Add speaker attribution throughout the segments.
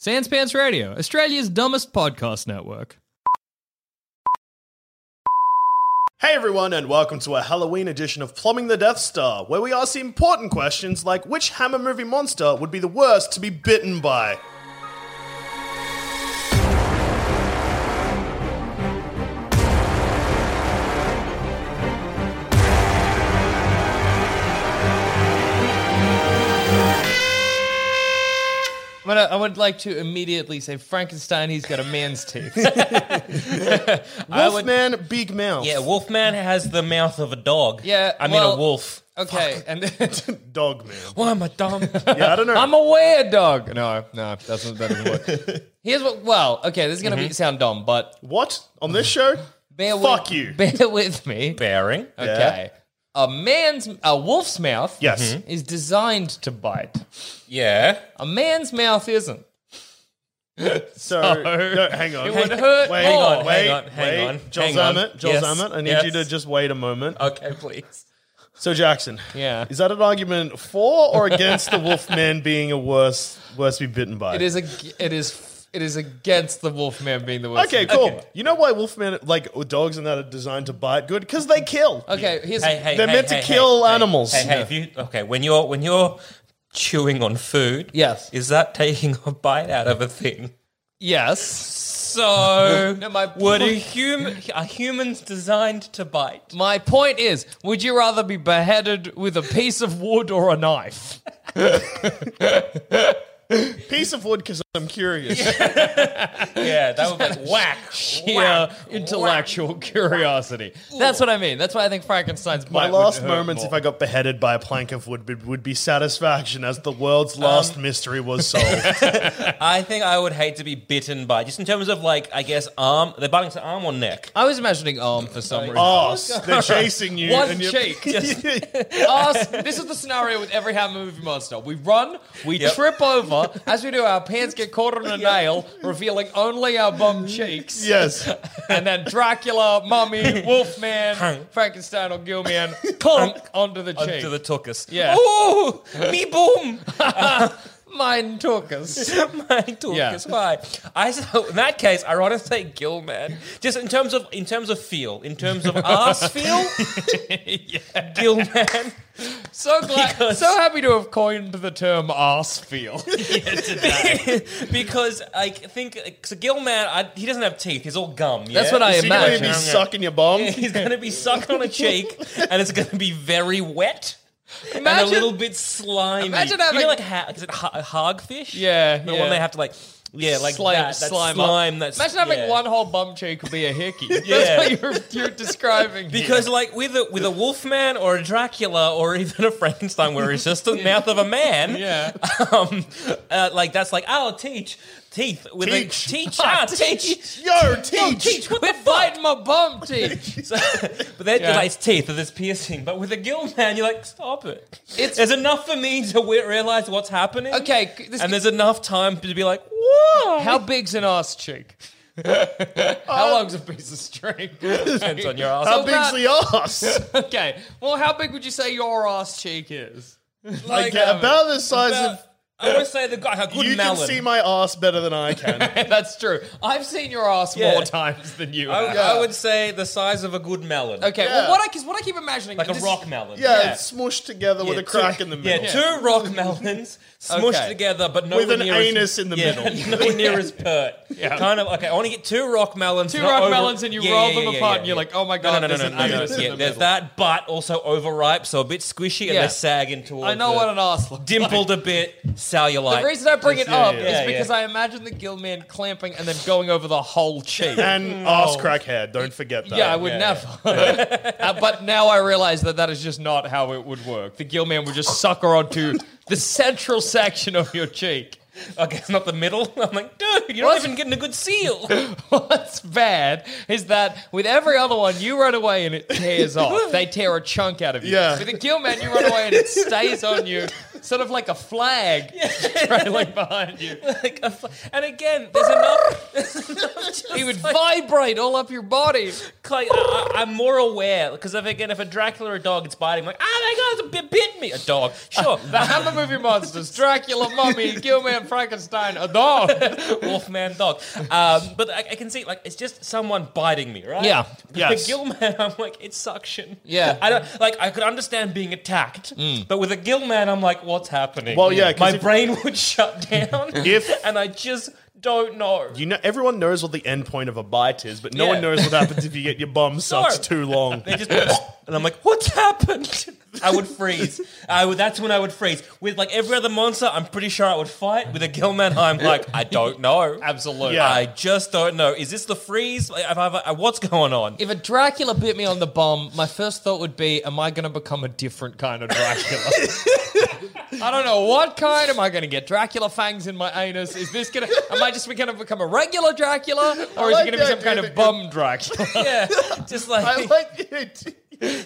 Speaker 1: Sanspants Radio, Australia's dumbest podcast network.
Speaker 2: Hey everyone, and welcome to a Halloween edition of Plumbing the Death Star, where we ask the important questions like which Hammer movie monster would be the worst to be bitten by?
Speaker 1: I'm gonna, I would like to immediately say Frankenstein. He's got a man's teeth. I would-
Speaker 2: Wolfman, Big Mouth.
Speaker 3: Yeah, Wolfman has the mouth of a dog.
Speaker 1: Yeah,
Speaker 3: I mean
Speaker 1: well-
Speaker 3: a wolf.
Speaker 1: Okay, and
Speaker 2: Dog Man.
Speaker 1: why am I dumb?
Speaker 2: Yeah, I don't know.
Speaker 1: I'm a weird dog. No, no, that doesn't, that doesn't work. Mm-hmm. Here's what. Well, okay, this is gonna be sound dumb, but
Speaker 2: what? On this show?
Speaker 1: bear
Speaker 2: Fuck
Speaker 1: with,
Speaker 2: you.
Speaker 1: Bear with me.
Speaker 3: Bearing.
Speaker 1: Okay, a man's a wolf's mouth.
Speaker 3: Mm-hmm.
Speaker 2: Yes.
Speaker 1: is designed to bite.
Speaker 3: Yeah.
Speaker 1: A man's mouth isn't.
Speaker 2: So, no, hang on.
Speaker 1: It would hurt
Speaker 2: Wait,
Speaker 1: more.
Speaker 3: on,
Speaker 2: wait,
Speaker 3: hang on, hang
Speaker 2: wait.
Speaker 3: on,
Speaker 2: Joel
Speaker 3: hang on.
Speaker 2: Zammit, Joel
Speaker 3: Yes,
Speaker 2: Zammit, I need
Speaker 3: yes. Uh,
Speaker 2: you to just wait a moment.
Speaker 3: Okay, please.
Speaker 2: So, Jackson.
Speaker 1: Yeah.
Speaker 2: Is that an argument for or against the Wolfman being a worse, worse be bitten by?
Speaker 1: It is a. It is. It is against the Wolfman being the worst.
Speaker 2: Okay, cool. You know why Wolfman, like dogs and that, are designed to bite good? Because they kill.
Speaker 1: Okay, here's
Speaker 3: Hey, hey,
Speaker 2: They're
Speaker 3: hey,
Speaker 2: meant to
Speaker 3: hey,
Speaker 2: kill
Speaker 3: hey,
Speaker 2: animals.
Speaker 3: Hey, hey, if you okay, when you're when you're chewing on food,
Speaker 1: Yes.
Speaker 3: is that taking a bite out of a thing?
Speaker 1: yes.
Speaker 3: So
Speaker 1: No, my
Speaker 3: would a
Speaker 1: point-
Speaker 3: human are humans designed to bite?
Speaker 1: My point is, would you rather be beheaded with a piece of wood or a knife?
Speaker 2: Piece of wood because I'm curious.
Speaker 3: Yeah, that would be whack.
Speaker 1: Sheer intellectual curiosity. That's what I mean. That's why I think Frankenstein's
Speaker 2: My
Speaker 1: bite would
Speaker 2: last
Speaker 1: hurt
Speaker 2: moments,
Speaker 1: more.
Speaker 2: if I got beheaded by a plank of wood, would, would be satisfaction as the world's
Speaker 3: Um,
Speaker 2: last mystery was solved.
Speaker 3: I think I would hate to be bitten by just in terms of like I guess arm. They're biting to arm or neck.
Speaker 1: I was imagining arm for some reason.
Speaker 2: Ass, they're chasing you.
Speaker 1: One
Speaker 2: you're-
Speaker 1: cheek. Us. This is the scenario with every Hammer movie monster. We run, we
Speaker 3: Yep.
Speaker 1: trip over. As we do, our pants get caught on a nail, revealing only our bum cheeks.
Speaker 2: yes.
Speaker 1: And then Dracula, Mummy, Wolfman,
Speaker 3: Hunk.
Speaker 1: Frankenstein, or Gilman, clunk onto the cheek.
Speaker 3: Onto the tuchus.
Speaker 1: Yeah.
Speaker 3: Ooh, me boom.
Speaker 1: Mine took us.
Speaker 3: my talk
Speaker 1: Yeah.
Speaker 3: is why. I so in that case, I rather say Gilman. Just in terms of in terms of feel, in terms of ass feel, Gilman.
Speaker 1: So glad,
Speaker 3: Because-
Speaker 1: so happy to have coined the term arse feel.
Speaker 3: because I think so Gilman, I, he doesn't have teeth. He's all gum.
Speaker 1: That's
Speaker 3: yeah?
Speaker 1: what I
Speaker 2: So you're going to be
Speaker 1: imagine.
Speaker 2: sucking your bum?
Speaker 3: He's going to be sucked on a cheek, and it's going to be very wet. and
Speaker 1: Imagine-
Speaker 3: a little bit slimy.
Speaker 1: Imagine
Speaker 3: you
Speaker 1: having-
Speaker 3: know, like ha- is it ha- hogfish?
Speaker 1: Yeah,
Speaker 3: the
Speaker 1: yeah.
Speaker 3: one they have to like, yeah, like
Speaker 1: Slime-
Speaker 3: that, that
Speaker 1: slime
Speaker 3: slime.
Speaker 1: up.
Speaker 3: that's
Speaker 1: Imagine having
Speaker 3: yeah.
Speaker 1: one whole bum cheek would be a hickey.
Speaker 3: Yeah.
Speaker 1: That's what you're, you're describing. here.
Speaker 3: Because like with a with a Wolfman or a Dracula or even a Frankenstein, where it's just the mouth of a man,
Speaker 1: Yeah.
Speaker 3: um, uh, like that's like I'll teach teeth with
Speaker 2: Teach.
Speaker 3: a teach, ah, teach,
Speaker 2: Yo, teach!
Speaker 3: teach. What the
Speaker 1: Quit biting my bum teeth.
Speaker 3: So, but they're
Speaker 1: Yeah.
Speaker 3: like it's teeth or this piercing. But with a gill man, you're like, stop it.
Speaker 1: It's-
Speaker 3: there's enough for me to we- realize what's happening.
Speaker 1: Okay, c- this-
Speaker 3: and there's enough time to be like, whoa.
Speaker 1: How big's an ass cheek? How long's a piece of string?
Speaker 3: Depends on your ass.
Speaker 2: How
Speaker 1: So
Speaker 2: big's
Speaker 1: that-
Speaker 2: the ass?
Speaker 1: Okay. Well, how big would you say your ass cheek is?
Speaker 3: like,
Speaker 2: About the size
Speaker 3: about-
Speaker 2: of
Speaker 3: I want to say the guy, a good
Speaker 2: you
Speaker 3: melon.
Speaker 2: can see my ass better than I can.
Speaker 1: That's true. I've seen your ass
Speaker 3: Yeah.
Speaker 1: more times than you.
Speaker 3: I,
Speaker 1: have.
Speaker 3: I would say the size of a good melon.
Speaker 1: Okay,
Speaker 2: Yeah.
Speaker 1: well, what I, cause what I keep imagining
Speaker 3: Like a
Speaker 1: this is-
Speaker 3: rock melon.
Speaker 2: Yeah,
Speaker 1: Yeah.
Speaker 2: smushed together with
Speaker 3: Yeah,
Speaker 2: a crack
Speaker 3: two-
Speaker 2: in the middle.
Speaker 3: Yeah, two rock melons smushed
Speaker 1: Okay.
Speaker 3: together, but no
Speaker 2: With an
Speaker 3: near
Speaker 2: anus
Speaker 3: as,
Speaker 2: in the
Speaker 3: yeah,
Speaker 2: middle.
Speaker 3: no near as pert. Kind of okay. I want to get two rock melons,
Speaker 1: Two
Speaker 3: not
Speaker 1: rock
Speaker 3: over-
Speaker 1: melons and you roll them apart and you're like, oh my
Speaker 3: No,
Speaker 1: God,
Speaker 3: no, no, no,
Speaker 1: there's
Speaker 3: no,
Speaker 1: an
Speaker 3: no,
Speaker 1: anus in
Speaker 3: Yeah,
Speaker 1: the
Speaker 3: there's
Speaker 1: middle.
Speaker 3: that, but also overripe, so a bit squishy, and
Speaker 1: Yeah.
Speaker 3: they're sagging towards.
Speaker 1: I know
Speaker 3: the-
Speaker 1: what an ass looks
Speaker 3: dimpled a bit, cellulite.
Speaker 1: The reason I bring it up
Speaker 2: yeah,
Speaker 3: yeah.
Speaker 1: is
Speaker 3: Yeah,
Speaker 1: because
Speaker 3: yeah.
Speaker 1: I imagine the gill man clamping and then going over the whole cheek.
Speaker 2: And ass crack hair. Don't forget that.
Speaker 1: Mm. Oh. yeah, I would never. Uh, but now I realize that that is just not how it would work. The gill man would just sucker onto the central section of your cheek.
Speaker 3: okay, it's not the middle. I'm like, dude, you're
Speaker 1: What's-
Speaker 3: not even getting a good seal.
Speaker 1: What's bad is that with every other one, you run away and it tears off. They tear a chunk out of you.
Speaker 2: Yeah.
Speaker 1: With a gill man, you run away and it stays on you, sort of like a flag trailing behind you.
Speaker 3: like a fl- and again, there's enough. There's enough just
Speaker 1: It would
Speaker 3: like-
Speaker 1: vibrate all up your body.
Speaker 3: like I, I- I'm more aware because if again if a Dracula or a dog gets biting, I'm like oh my god, it bit me. A dog, sure.
Speaker 1: The Hammer movie monsters, Dracula, Mummy, Gilman, Frankenstein, a dog.
Speaker 3: Wolfman dog. Um, but I, I can see like it's just someone biting me, right?
Speaker 1: Yeah.
Speaker 3: But
Speaker 2: Yes.
Speaker 3: The gill man, I'm like it's suction.
Speaker 1: Yeah. Mm.
Speaker 3: I don't like. I could understand being attacked, but with a gill man, I'm like, what's happening?
Speaker 2: Well, yeah, 'cause
Speaker 3: my
Speaker 2: if-
Speaker 3: brain would shut down.
Speaker 2: If-
Speaker 3: and I just don't know.
Speaker 2: You know, everyone knows what the end point of a bite is, but no
Speaker 3: Yeah.
Speaker 2: one knows what happens if you get your bum sucked too long.
Speaker 3: They just and I'm like, what's happened? I would freeze. I would. That's when I would freeze. With like every other monster, I'm pretty sure I would fight. With a Gilman, I'm like, I don't know.
Speaker 1: Absolutely.
Speaker 2: Yeah.
Speaker 3: I just don't know. Is this the freeze? Like, I've, I've, I- uh, what's going on?
Speaker 1: If a Dracula bit me on the bum, my first thought would be, am I going to become a different kind of Dracula? I don't know what kind. Am I going to get Dracula fangs in my anus? Is this going to, am I just going to become a regular Dracula? Or is
Speaker 2: like
Speaker 1: it going to
Speaker 2: the
Speaker 1: be some
Speaker 2: idea
Speaker 1: kind
Speaker 2: that
Speaker 1: of bum Dracula?
Speaker 3: yeah, just like,
Speaker 2: I like it.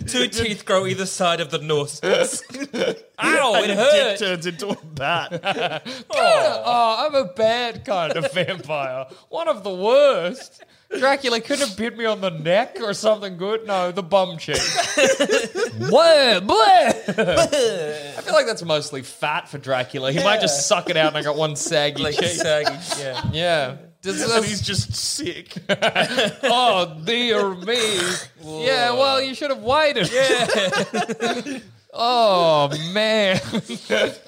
Speaker 3: two teeth grow either side of the nose. Ow, it
Speaker 2: Dick
Speaker 3: hurt.
Speaker 2: turns into a bat.
Speaker 1: oh, I'm a bad kind of vampire. One of the worst. Dracula couldn't have bit me on the neck or something good. No, the bum cheek. Whoa, bleh. I feel like that's mostly fat for Dracula. He might just suck it out and I got one saggy
Speaker 3: Like
Speaker 1: cheek.
Speaker 3: saggy. Yeah.
Speaker 1: Yeah. Does
Speaker 2: and
Speaker 1: this,
Speaker 2: he's just sick.
Speaker 1: oh, dear me. yeah, well, you should have waited. oh, man.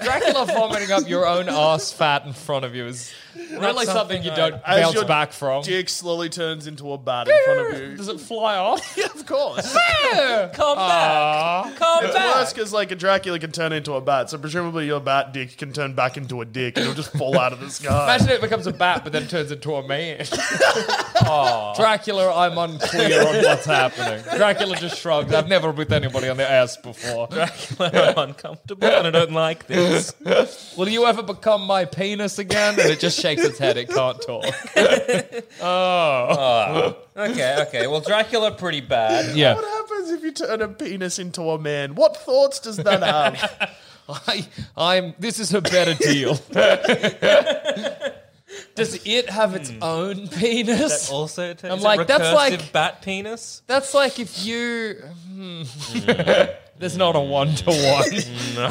Speaker 1: Dracula vomiting up your own ass fat in front of you is really something,
Speaker 3: something
Speaker 1: you
Speaker 3: I-
Speaker 1: don't
Speaker 2: As
Speaker 1: bounce
Speaker 2: your
Speaker 1: back from.
Speaker 2: Dick slowly turns into a bat in front of you.
Speaker 1: Does it fly off?
Speaker 2: Yeah, of course.
Speaker 1: Yeah.
Speaker 3: Come back. Come
Speaker 2: Worse
Speaker 3: back.
Speaker 2: because like a Dracula can turn into a bat, so presumably your bat dick can turn back into a dick and it'll just fall out of the sky.
Speaker 1: Imagine it becomes a bat, but then turns into a man. Oh. Dracula, I'm unclear on what's happening. Dracula just shrugs. I've never bit anybody on the ass before.
Speaker 3: I'm uncomfortable and I don't like this.
Speaker 1: Will you ever become my penis again? And it just shakes its head. It can't talk.
Speaker 3: Okay, okay. Well, Dracula, pretty bad.
Speaker 1: Yeah.
Speaker 2: What happens if you turn a penis into a man? What thoughts does that have?
Speaker 1: I, I'm. This is a better deal. Does it have its own penis?
Speaker 3: Also, it
Speaker 1: I'm
Speaker 3: is
Speaker 1: like,
Speaker 3: it
Speaker 1: that's
Speaker 3: recursive
Speaker 1: like-
Speaker 3: bat penis.
Speaker 1: That's like if you. hmm. There's not a one to one.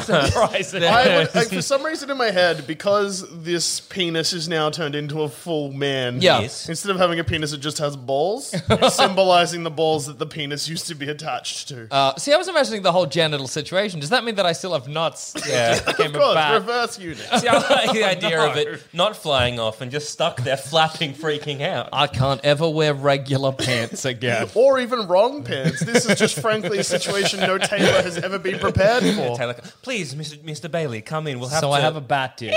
Speaker 1: Surprising.
Speaker 2: I would, like, for some reason in my head, because this penis is now turned into a full man.
Speaker 1: Yeah.
Speaker 3: Yes.
Speaker 2: Instead of having a penis, it just has balls, symbolizing the balls that the penis used to be attached to.
Speaker 1: Uh, see, I was imagining the whole genital situation. Does that mean that I still have nuts?
Speaker 3: Yeah.
Speaker 1: Became
Speaker 2: of
Speaker 1: a
Speaker 2: course,
Speaker 1: bat.
Speaker 2: reverse unit.
Speaker 3: See, I like the idea of it not flying off and just stuck there flapping, freaking out.
Speaker 1: I can't ever wear regular pants again.
Speaker 2: Or even wrong pants. This is just frankly a situation no tailor has ever been prepared for.
Speaker 3: Taylor, please, Mr. Mr. Bailey, come in. We'll have
Speaker 1: Oh. so
Speaker 3: to.
Speaker 1: I have a bat dick.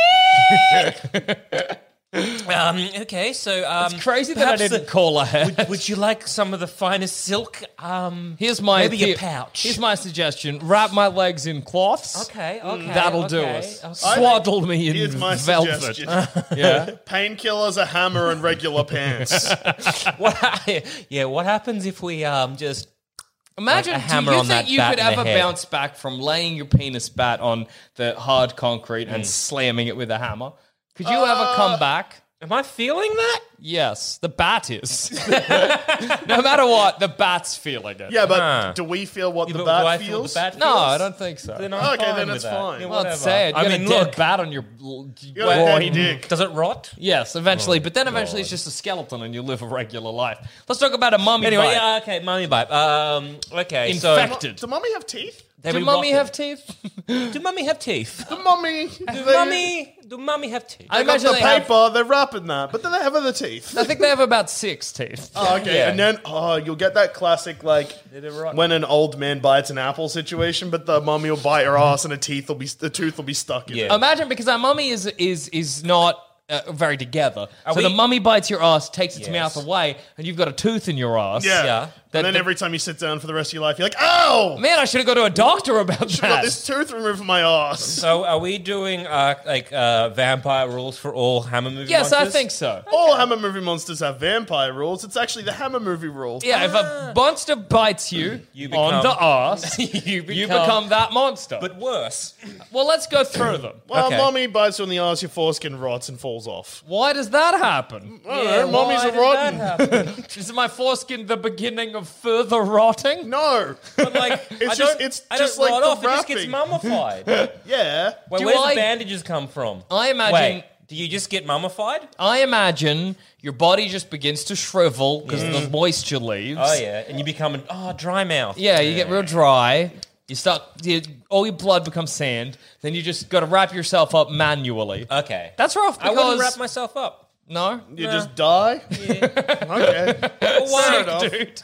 Speaker 3: Um, okay, so um,
Speaker 1: It's crazy that I
Speaker 3: perhaps
Speaker 1: didn't
Speaker 3: the-
Speaker 1: call ahead.
Speaker 3: would, would you like some of the finest silk? Um,
Speaker 1: Here's my
Speaker 3: maybe
Speaker 1: the-
Speaker 3: a pouch.
Speaker 1: Here's my suggestion: wrap my legs in cloths.
Speaker 3: okay, okay,
Speaker 1: That'll do
Speaker 3: okay,
Speaker 1: it.
Speaker 3: okay.
Speaker 1: Swaddle me in
Speaker 2: Here's my
Speaker 1: velvet.
Speaker 2: suggestion.
Speaker 1: Yeah.
Speaker 2: Painkillers, a hammer, and regular pants.
Speaker 3: What, ha- yeah, what happens if we um just
Speaker 1: Imagine.
Speaker 3: Like a
Speaker 1: do
Speaker 3: hammer
Speaker 1: you
Speaker 3: on
Speaker 1: think
Speaker 3: that
Speaker 1: you
Speaker 3: bat
Speaker 1: could
Speaker 3: in the
Speaker 1: ever
Speaker 3: head.
Speaker 1: bounce back from laying your penis bat on the Mm.
Speaker 3: Uh,
Speaker 1: hard concrete and slamming it with a hammer? Could you ever come back?
Speaker 3: Am I feeling that?
Speaker 1: Yes, the bat is. no matter what, the bat's feeling it.
Speaker 2: Yeah, but
Speaker 3: Huh.
Speaker 2: do we feel what
Speaker 3: Yeah,
Speaker 2: the
Speaker 3: but
Speaker 2: bat
Speaker 3: do I feel
Speaker 2: feels?
Speaker 3: the bat
Speaker 1: No,
Speaker 3: feels?
Speaker 1: I don't think so.
Speaker 3: Then I'm
Speaker 2: Okay,
Speaker 3: fine
Speaker 2: then
Speaker 3: with
Speaker 2: it's
Speaker 3: that.
Speaker 2: fine.
Speaker 3: Yeah,
Speaker 2: Well,
Speaker 1: Well, it's
Speaker 3: whatever.
Speaker 1: sad. You
Speaker 3: I
Speaker 1: got
Speaker 3: mean,
Speaker 1: a dead
Speaker 3: look.
Speaker 1: bat on your
Speaker 2: You got a
Speaker 1: groin.
Speaker 2: dead dick.
Speaker 3: Does it rot?
Speaker 1: Yes, eventually.
Speaker 3: Oh,
Speaker 1: but then eventually it's just a skeleton and you live a regular life. Let's talk about a mummy
Speaker 3: Anyway,
Speaker 1: bite.
Speaker 3: yeah, okay, mummy bite. Um, okay,
Speaker 1: Infect-
Speaker 3: so
Speaker 1: Did-
Speaker 2: Do mummy have teeth?
Speaker 3: They
Speaker 1: Do
Speaker 3: would
Speaker 1: mummy
Speaker 3: rot
Speaker 1: have
Speaker 3: it.
Speaker 1: teeth?
Speaker 3: Do mummy have teeth?
Speaker 2: The mummy.
Speaker 3: Do mummy? Do mummy have teeth?
Speaker 1: I
Speaker 2: They got the
Speaker 1: imagine
Speaker 2: paper.
Speaker 1: they have-
Speaker 2: They're wrapping that, but then they have other teeth.
Speaker 1: I think they have about six teeth.
Speaker 2: Oh, okay,
Speaker 3: Yeah.
Speaker 2: and then oh, you'll get that classic like
Speaker 3: they're rotten.
Speaker 2: when an old man bites an apple situation, but the mummy will bite her ass and a teeth will be the tooth will be stuck in.
Speaker 3: Yeah.
Speaker 2: it.
Speaker 1: Imagine because our mummy is is is not uh, very together. so
Speaker 3: we-
Speaker 1: the mummy bites your ass, takes its
Speaker 3: Yes.
Speaker 1: mouth away, and you've got a tooth in your ass.
Speaker 2: yeah.
Speaker 3: yeah.
Speaker 1: That-
Speaker 2: and then
Speaker 1: that-
Speaker 2: every time you sit down for the rest of your life, you're like, ow!
Speaker 1: Man, I should have gone to a doctor about
Speaker 2: I got
Speaker 1: that.
Speaker 2: this tooth removed from my ass.
Speaker 3: So are we doing uh, like uh, vampire rules for all Hammer movies?
Speaker 1: yes, I think so.
Speaker 2: All Hammer movie monsters have vampire rules. It's actually the Hammer movie rule.
Speaker 1: Yeah, if a monster bites you,
Speaker 3: Ah. You
Speaker 1: on
Speaker 3: become-
Speaker 1: the ass,
Speaker 3: you become,
Speaker 1: you become that monster.
Speaker 3: but worse.
Speaker 1: well, let's go through them.
Speaker 2: Well,
Speaker 3: Okay.
Speaker 2: mummy bites you on the ass, your foreskin rots and falls off.
Speaker 1: Why does that happen?
Speaker 2: I don't know, mummies
Speaker 3: why
Speaker 2: are
Speaker 3: did that
Speaker 2: rotten.
Speaker 3: happen?
Speaker 1: Is my foreskin the beginning of further rotting?
Speaker 2: No.
Speaker 3: But like, it's I don't,
Speaker 2: just-
Speaker 3: just,
Speaker 2: it's
Speaker 3: I
Speaker 2: just
Speaker 3: don't
Speaker 2: like
Speaker 3: rot
Speaker 2: the
Speaker 3: off. It just gets
Speaker 2: wrapping.
Speaker 3: mummified.
Speaker 2: yeah.
Speaker 3: Wait,
Speaker 1: Do
Speaker 3: where do
Speaker 1: I-
Speaker 3: the bandages come from?
Speaker 1: I imagine-
Speaker 3: Wait, do you just get mummified?
Speaker 1: I imagine your body just begins to shrivel because the moisture leaves.
Speaker 3: Mm. Oh yeah, and you become an oh dry mouth.
Speaker 1: Yeah, you get real dry. You start, you, all your blood becomes sand. Then you just got to wrap yourself up manually.
Speaker 3: Okay.
Speaker 1: That's rough
Speaker 3: Uh, I wouldn't
Speaker 1: because
Speaker 3: wrap myself up.
Speaker 1: no,
Speaker 2: You just die? okay.
Speaker 3: But why,
Speaker 2: enough.
Speaker 1: dude,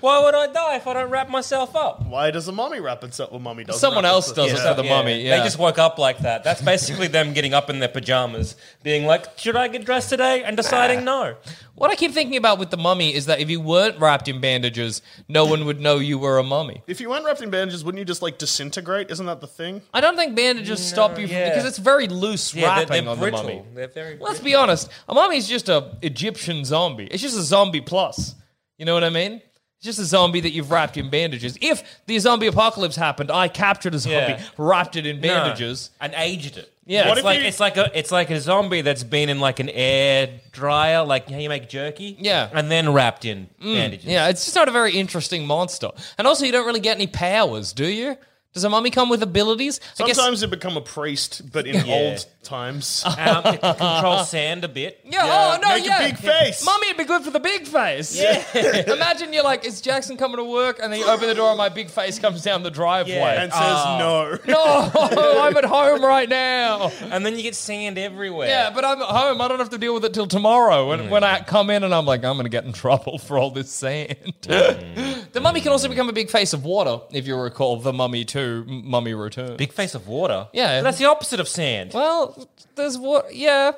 Speaker 3: why would I die if I don't wrap myself up?
Speaker 2: Why does a mummy wrap itself? Well, mummy does.
Speaker 1: someone else does it
Speaker 2: Yeah.
Speaker 1: for the mummy. Yeah,
Speaker 3: They just woke up like that. That's basically them getting up in their pajamas, being like, "Should I get dressed today?" and deciding no.
Speaker 1: what I keep thinking about with the mummy is that if you weren't wrapped in bandages, no one would know you were a mummy.
Speaker 2: If you weren't wrapped in bandages, wouldn't you just like disintegrate? Isn't that the thing?
Speaker 1: I don't think bandages stop you from,
Speaker 3: yeah.
Speaker 1: because it's very loose
Speaker 3: Yeah,
Speaker 1: wrapping
Speaker 3: they're, they're
Speaker 1: on
Speaker 3: brittle.
Speaker 1: the mummy.
Speaker 3: They're very.
Speaker 1: Let's be honest. A mummy's just a Egyptian zombie. It's just a zombie plus. You know what I mean? It's just a zombie that you've wrapped in bandages. If the zombie apocalypse happened, I captured a zombie,
Speaker 3: Yeah.
Speaker 1: wrapped it in
Speaker 3: No.
Speaker 1: bandages.
Speaker 3: and aged it.
Speaker 1: Yeah. What
Speaker 3: it's
Speaker 2: if
Speaker 3: like
Speaker 2: you-
Speaker 3: it's like a it's like a zombie that's been in like an air dryer, like how you make jerky.
Speaker 1: Yeah. Mm.
Speaker 3: and then wrapped in bandages.
Speaker 1: Yeah, it's just not a very interesting monster. And also, you don't really get any powers, do you? Does a mummy come with abilities? I guess,
Speaker 2: Sometimes you become a priest, but in old times.
Speaker 3: um, it can control sand a bit.
Speaker 1: yeah, oh, no,
Speaker 2: Make
Speaker 1: yeah.
Speaker 2: a big face.
Speaker 1: Mummy would be good for the big face. Imagine you're like, is Jackson coming to work? And then you open the door and my big face comes down the driveway.
Speaker 3: Yeah.
Speaker 2: And says
Speaker 1: Ah.
Speaker 2: no.
Speaker 1: No, I'm at home right now.
Speaker 3: and then you get sand everywhere.
Speaker 1: Yeah, Mm. but I'm at home. I don't have to deal with it till tomorrow when, when I come in and I'm like, I'm going to get in trouble for all this sand. the mummy can also become a big face of water, if you recall the Mummy 2 M- Mummy Return.
Speaker 3: big face of water.
Speaker 1: Yeah.
Speaker 3: But that's the opposite of sand.
Speaker 1: well, there's what? Yeah.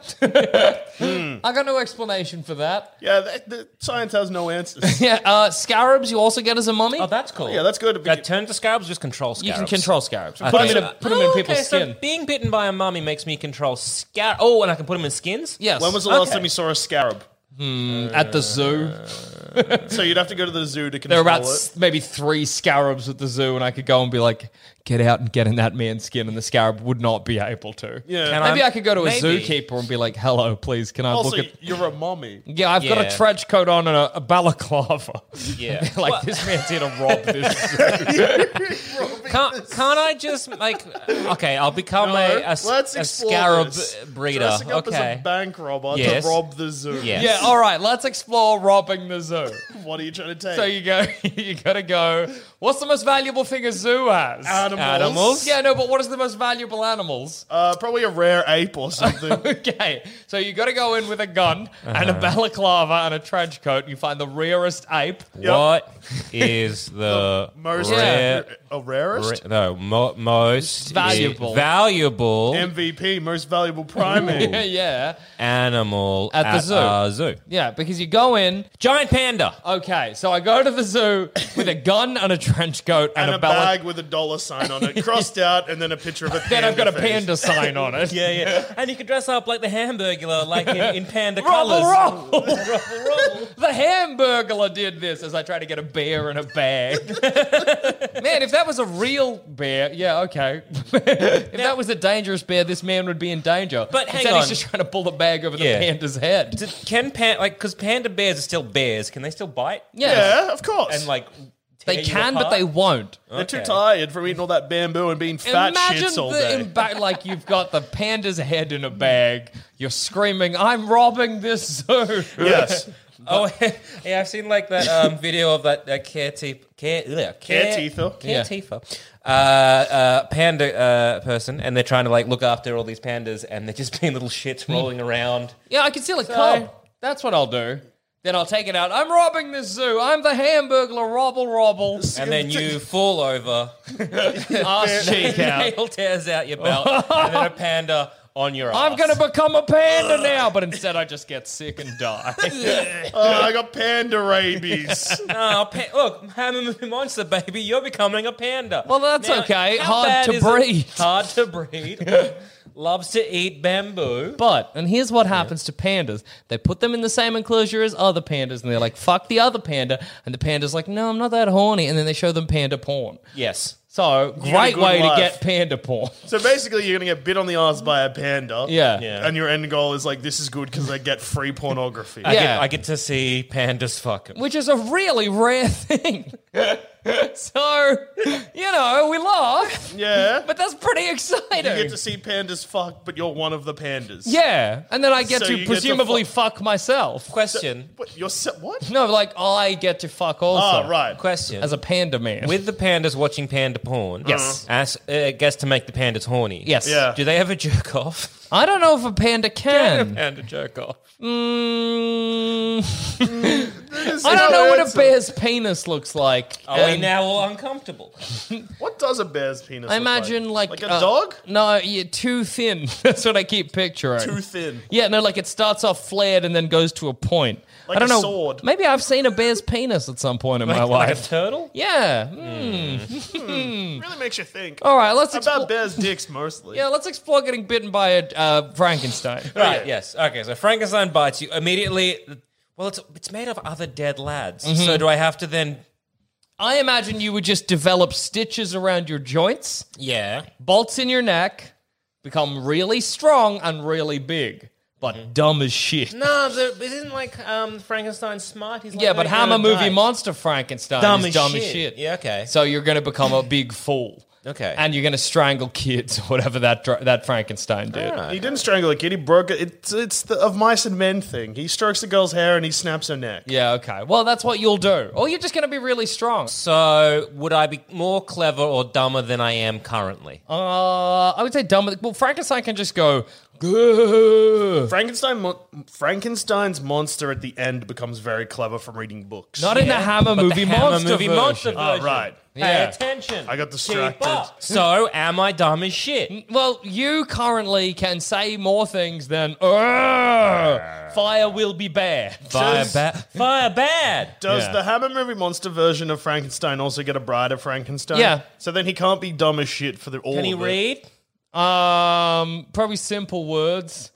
Speaker 1: I got no explanation for that.
Speaker 2: Yeah, that, the science has no answers.
Speaker 1: Yeah, uh, scarabs you also get as a mummy.
Speaker 3: Oh, that's cool.
Speaker 2: yeah, that's good.
Speaker 3: That turn to scarabs, just control scarabs.
Speaker 1: you can control scarabs. Put
Speaker 3: Okay.
Speaker 1: them in, a, put them in
Speaker 3: Oh,
Speaker 1: people's
Speaker 3: okay,
Speaker 1: skin.
Speaker 3: So being bitten by a mummy makes me control scar. Oh, and I can put them in skins.
Speaker 1: yes.
Speaker 2: when was the last
Speaker 3: Okay.
Speaker 2: time you saw a scarab?
Speaker 1: At the zoo.
Speaker 2: So you'd have to go to the zoo to
Speaker 1: There
Speaker 2: control
Speaker 1: were about
Speaker 2: it.
Speaker 1: s- maybe three scarabs at the zoo, and I could go and be like, get out and get in that man's skin, and the scarab would not be able to.
Speaker 2: Yeah.
Speaker 3: Can
Speaker 1: Maybe
Speaker 3: I'm-
Speaker 1: I could go to a
Speaker 3: maybe.
Speaker 1: zookeeper and be like, hello, please, can I
Speaker 2: Also,
Speaker 1: look at.
Speaker 2: you're a mummy.
Speaker 1: Yeah, I've got
Speaker 3: Yeah.
Speaker 1: a trench coat on and a, a balaclava.
Speaker 3: Yeah.
Speaker 1: like,
Speaker 3: Well-
Speaker 1: this man's here to rob this. zoo.
Speaker 3: Can't, can't I just like? Okay, I'll become
Speaker 2: No,
Speaker 3: a, a, s-
Speaker 2: let's
Speaker 3: a
Speaker 2: explore
Speaker 3: scarab
Speaker 2: this.
Speaker 3: breeder.
Speaker 2: Dressing up
Speaker 3: okay.
Speaker 2: as a bank robber
Speaker 3: Yes.
Speaker 2: to rob the zoo.
Speaker 3: Yes.
Speaker 1: yeah, all right, let's explore robbing the zoo.
Speaker 2: What are you trying to take?
Speaker 1: So you go, you gotta go, what's the most valuable thing a zoo has?
Speaker 2: animals.
Speaker 3: Animals?
Speaker 1: Yeah, no, but what is the most valuable animals?
Speaker 2: Uh, probably a rare ape or something.
Speaker 1: Okay, so you got to go in with a gun and a balaclava and a trench coat. You find the rarest ape.
Speaker 3: What is the
Speaker 2: Most
Speaker 3: rare-
Speaker 2: a rarest
Speaker 3: ra- no mo- most
Speaker 1: Valuable.
Speaker 3: valuable
Speaker 2: MVP, most valuable primate.
Speaker 1: Yeah, yeah,
Speaker 3: animal
Speaker 1: At
Speaker 3: at,
Speaker 1: the zoo.
Speaker 3: our zoo?
Speaker 1: yeah. Because you go in.
Speaker 3: Giant panda.
Speaker 1: Okay, so I go to the zoo with a gun and a trench coat and,
Speaker 2: and a
Speaker 1: ballet-
Speaker 2: bag with a dollar sign on it, crossed out, and then a picture of a.
Speaker 1: Then I've got a
Speaker 2: face.
Speaker 1: panda sign on it.
Speaker 3: Yeah, yeah. And you could dress up like the hamburglar, like in, in panda
Speaker 1: Rubble,
Speaker 3: colours.
Speaker 1: rubble. the hamburglar did this as I try to get a bear in a bag. man, if that was a real bear, yeah, okay. if that was a dangerous bear, this man would be in danger.
Speaker 3: But hang
Speaker 1: Instead,
Speaker 3: on.
Speaker 1: he's just trying to pull the bag over the
Speaker 3: Yeah.
Speaker 1: panda's head.
Speaker 3: D- Can pan like because panda bears are still bears? Can they still bite?
Speaker 1: yeah.
Speaker 2: Yeah, of course.
Speaker 3: And like
Speaker 1: They
Speaker 3: tear you
Speaker 1: can, but
Speaker 3: apart?
Speaker 1: they won't.
Speaker 2: they're too
Speaker 3: okay.
Speaker 2: tired from eating all that bamboo and being fat
Speaker 1: Imagine
Speaker 2: shits all
Speaker 1: the
Speaker 2: day.
Speaker 1: impact, like you've got the panda's head in a bag. You're screaming, "I'm robbing this zoo!"
Speaker 2: yes,
Speaker 3: Oh yeah, I've seen like that um, video of that, that care teeth care yeah, care
Speaker 2: Careteether.
Speaker 3: care teether, uh, uh, panda uh, person, and they're trying to like look after all these pandas, and they're just being little shits
Speaker 1: Hmm.
Speaker 3: rolling around.
Speaker 1: Yeah, I can steal a cub. That's what I'll do. Then I'll take it out. I'm robbing this zoo. I'm the hamburglar. Robble, robble.
Speaker 3: And then you fall over,
Speaker 1: Ass cheek out.
Speaker 3: nail tears out your belt, and then a panda on your ass.
Speaker 1: I'm going to become a panda now, but instead I just get sick and die.
Speaker 2: oh, I got panda rabies.
Speaker 3: No, pa- look, Hammer Movie Monster, baby, you're becoming a panda.
Speaker 1: Well, that's okay.
Speaker 3: how
Speaker 1: Hard
Speaker 3: bad
Speaker 1: to
Speaker 3: is it?
Speaker 1: breed.
Speaker 3: Hard to breed. Loves to eat bamboo.
Speaker 1: But, and here's what happens to pandas they put them in the same enclosure as other pandas, and they're like, fuck the other panda. And the panda's like, no, I'm not that horny. And then they show them panda porn.
Speaker 3: Yes.
Speaker 1: So,
Speaker 2: a
Speaker 1: great
Speaker 2: good
Speaker 1: way
Speaker 2: life.
Speaker 1: to get panda porn.
Speaker 2: so basically, you're gonna get bit on the ass by a panda.
Speaker 1: Yeah.
Speaker 3: Yeah.
Speaker 2: And your end goal is like, this is good because I get free pornography.
Speaker 3: I,
Speaker 1: Yeah.
Speaker 3: get, I get to see pandas fucking.
Speaker 1: which is a really rare thing. so, you know, we laugh,
Speaker 2: Yeah.
Speaker 1: but that's pretty
Speaker 2: you get
Speaker 1: exciting.
Speaker 2: to see pandas fuck, but you're one of the pandas.
Speaker 1: yeah, and then I get
Speaker 2: So you
Speaker 1: to
Speaker 2: get to
Speaker 1: presumably
Speaker 2: fu-
Speaker 1: fuck myself.
Speaker 3: Question.
Speaker 2: What? You're se- what?
Speaker 1: No, like I get to fuck also.
Speaker 2: Oh, right.
Speaker 3: Question.
Speaker 1: As a panda man.
Speaker 3: With the pandas watching panda porn,
Speaker 1: Yes.
Speaker 3: as, uh, guess to make the pandas horny.
Speaker 1: yes.
Speaker 2: Yeah.
Speaker 3: Do they ever jerk off?
Speaker 1: I don't know if a panda can.
Speaker 3: Panda jerk off.
Speaker 1: Mm, I don't know what a bear's penis looks like.
Speaker 3: Are we
Speaker 1: Um,
Speaker 3: now all uncomfortable?
Speaker 2: What does a bear's penis?
Speaker 1: I
Speaker 2: look
Speaker 1: imagine like
Speaker 2: like a
Speaker 1: uh,
Speaker 2: dog.
Speaker 1: No, you're too thin. That's what I keep picturing.
Speaker 2: Too thin.
Speaker 1: Yeah, no, like it starts off flared and then goes to a point.
Speaker 2: Like
Speaker 1: I don't
Speaker 2: a
Speaker 1: know.
Speaker 2: sword.
Speaker 1: Maybe I've seen a bear's penis at some point in my
Speaker 3: Like a
Speaker 1: life.
Speaker 3: turtle?
Speaker 1: Yeah. mm.
Speaker 2: Really makes you think.
Speaker 1: All right, let's
Speaker 2: About
Speaker 1: explore.
Speaker 2: bears' dicks mostly.
Speaker 1: Oh, yeah, let's explore getting bitten by a uh, Frankenstein.
Speaker 3: Right. Yes. Okay. So Frankenstein bites you immediately. Well, it's it's made of other dead lads. So do I have to then?
Speaker 1: I imagine you would just develop stitches around your joints,
Speaker 3: Yeah.
Speaker 1: bolts in your neck, become really strong and really big, but
Speaker 2: Mm.
Speaker 1: dumb as shit.
Speaker 3: No, the, isn't like um, Frankenstein smart? He's like,
Speaker 1: yeah, but
Speaker 3: "No, you're
Speaker 1: Hammer
Speaker 3: gonna
Speaker 1: movie
Speaker 3: die."
Speaker 1: monster Frankenstein
Speaker 3: Dumb
Speaker 1: is
Speaker 3: as
Speaker 1: dumb as
Speaker 3: shit.
Speaker 1: shit.
Speaker 3: Yeah, okay.
Speaker 1: So you're going to become a big fool.
Speaker 3: Okay.
Speaker 1: And you're going to strangle kids or whatever that dr- that Frankenstein did.
Speaker 3: Ah.
Speaker 2: He didn't strangle a kid. He broke it. It's it's the of mice and men thing. He strokes a girl's hair and he snaps her neck.
Speaker 1: Yeah, okay. Well, that's what you'll do. Or you're just going to be really strong.
Speaker 3: So would I be more clever or dumber than I am currently?
Speaker 1: Uh, I would say dumb. Well, Frankenstein can just go. "Grr."
Speaker 2: Frankenstein, mon- Frankenstein's monster at the end becomes very clever from reading books.
Speaker 1: Not in the Hammer movie
Speaker 3: Hammer
Speaker 1: monster
Speaker 3: movie
Speaker 1: version.
Speaker 3: monster
Speaker 2: Oh,
Speaker 3: version.
Speaker 2: right.
Speaker 3: Pay
Speaker 1: Yeah.
Speaker 3: attention.
Speaker 2: I got distracted.
Speaker 3: Keep up. So am I dumb as
Speaker 2: Mm.
Speaker 3: shit?
Speaker 1: Well, you currently can say more things than "Urgh, fire will be bad.
Speaker 3: Fire bad. Fire bad.
Speaker 2: Does
Speaker 1: Yeah.
Speaker 2: the Hammer movie monster version of Frankenstein also get a bride of Frankenstein?
Speaker 1: Yeah.
Speaker 2: So then he can't be dumb as shit for the all.
Speaker 3: Can he
Speaker 2: of it.
Speaker 3: read?
Speaker 1: Um, probably simple words.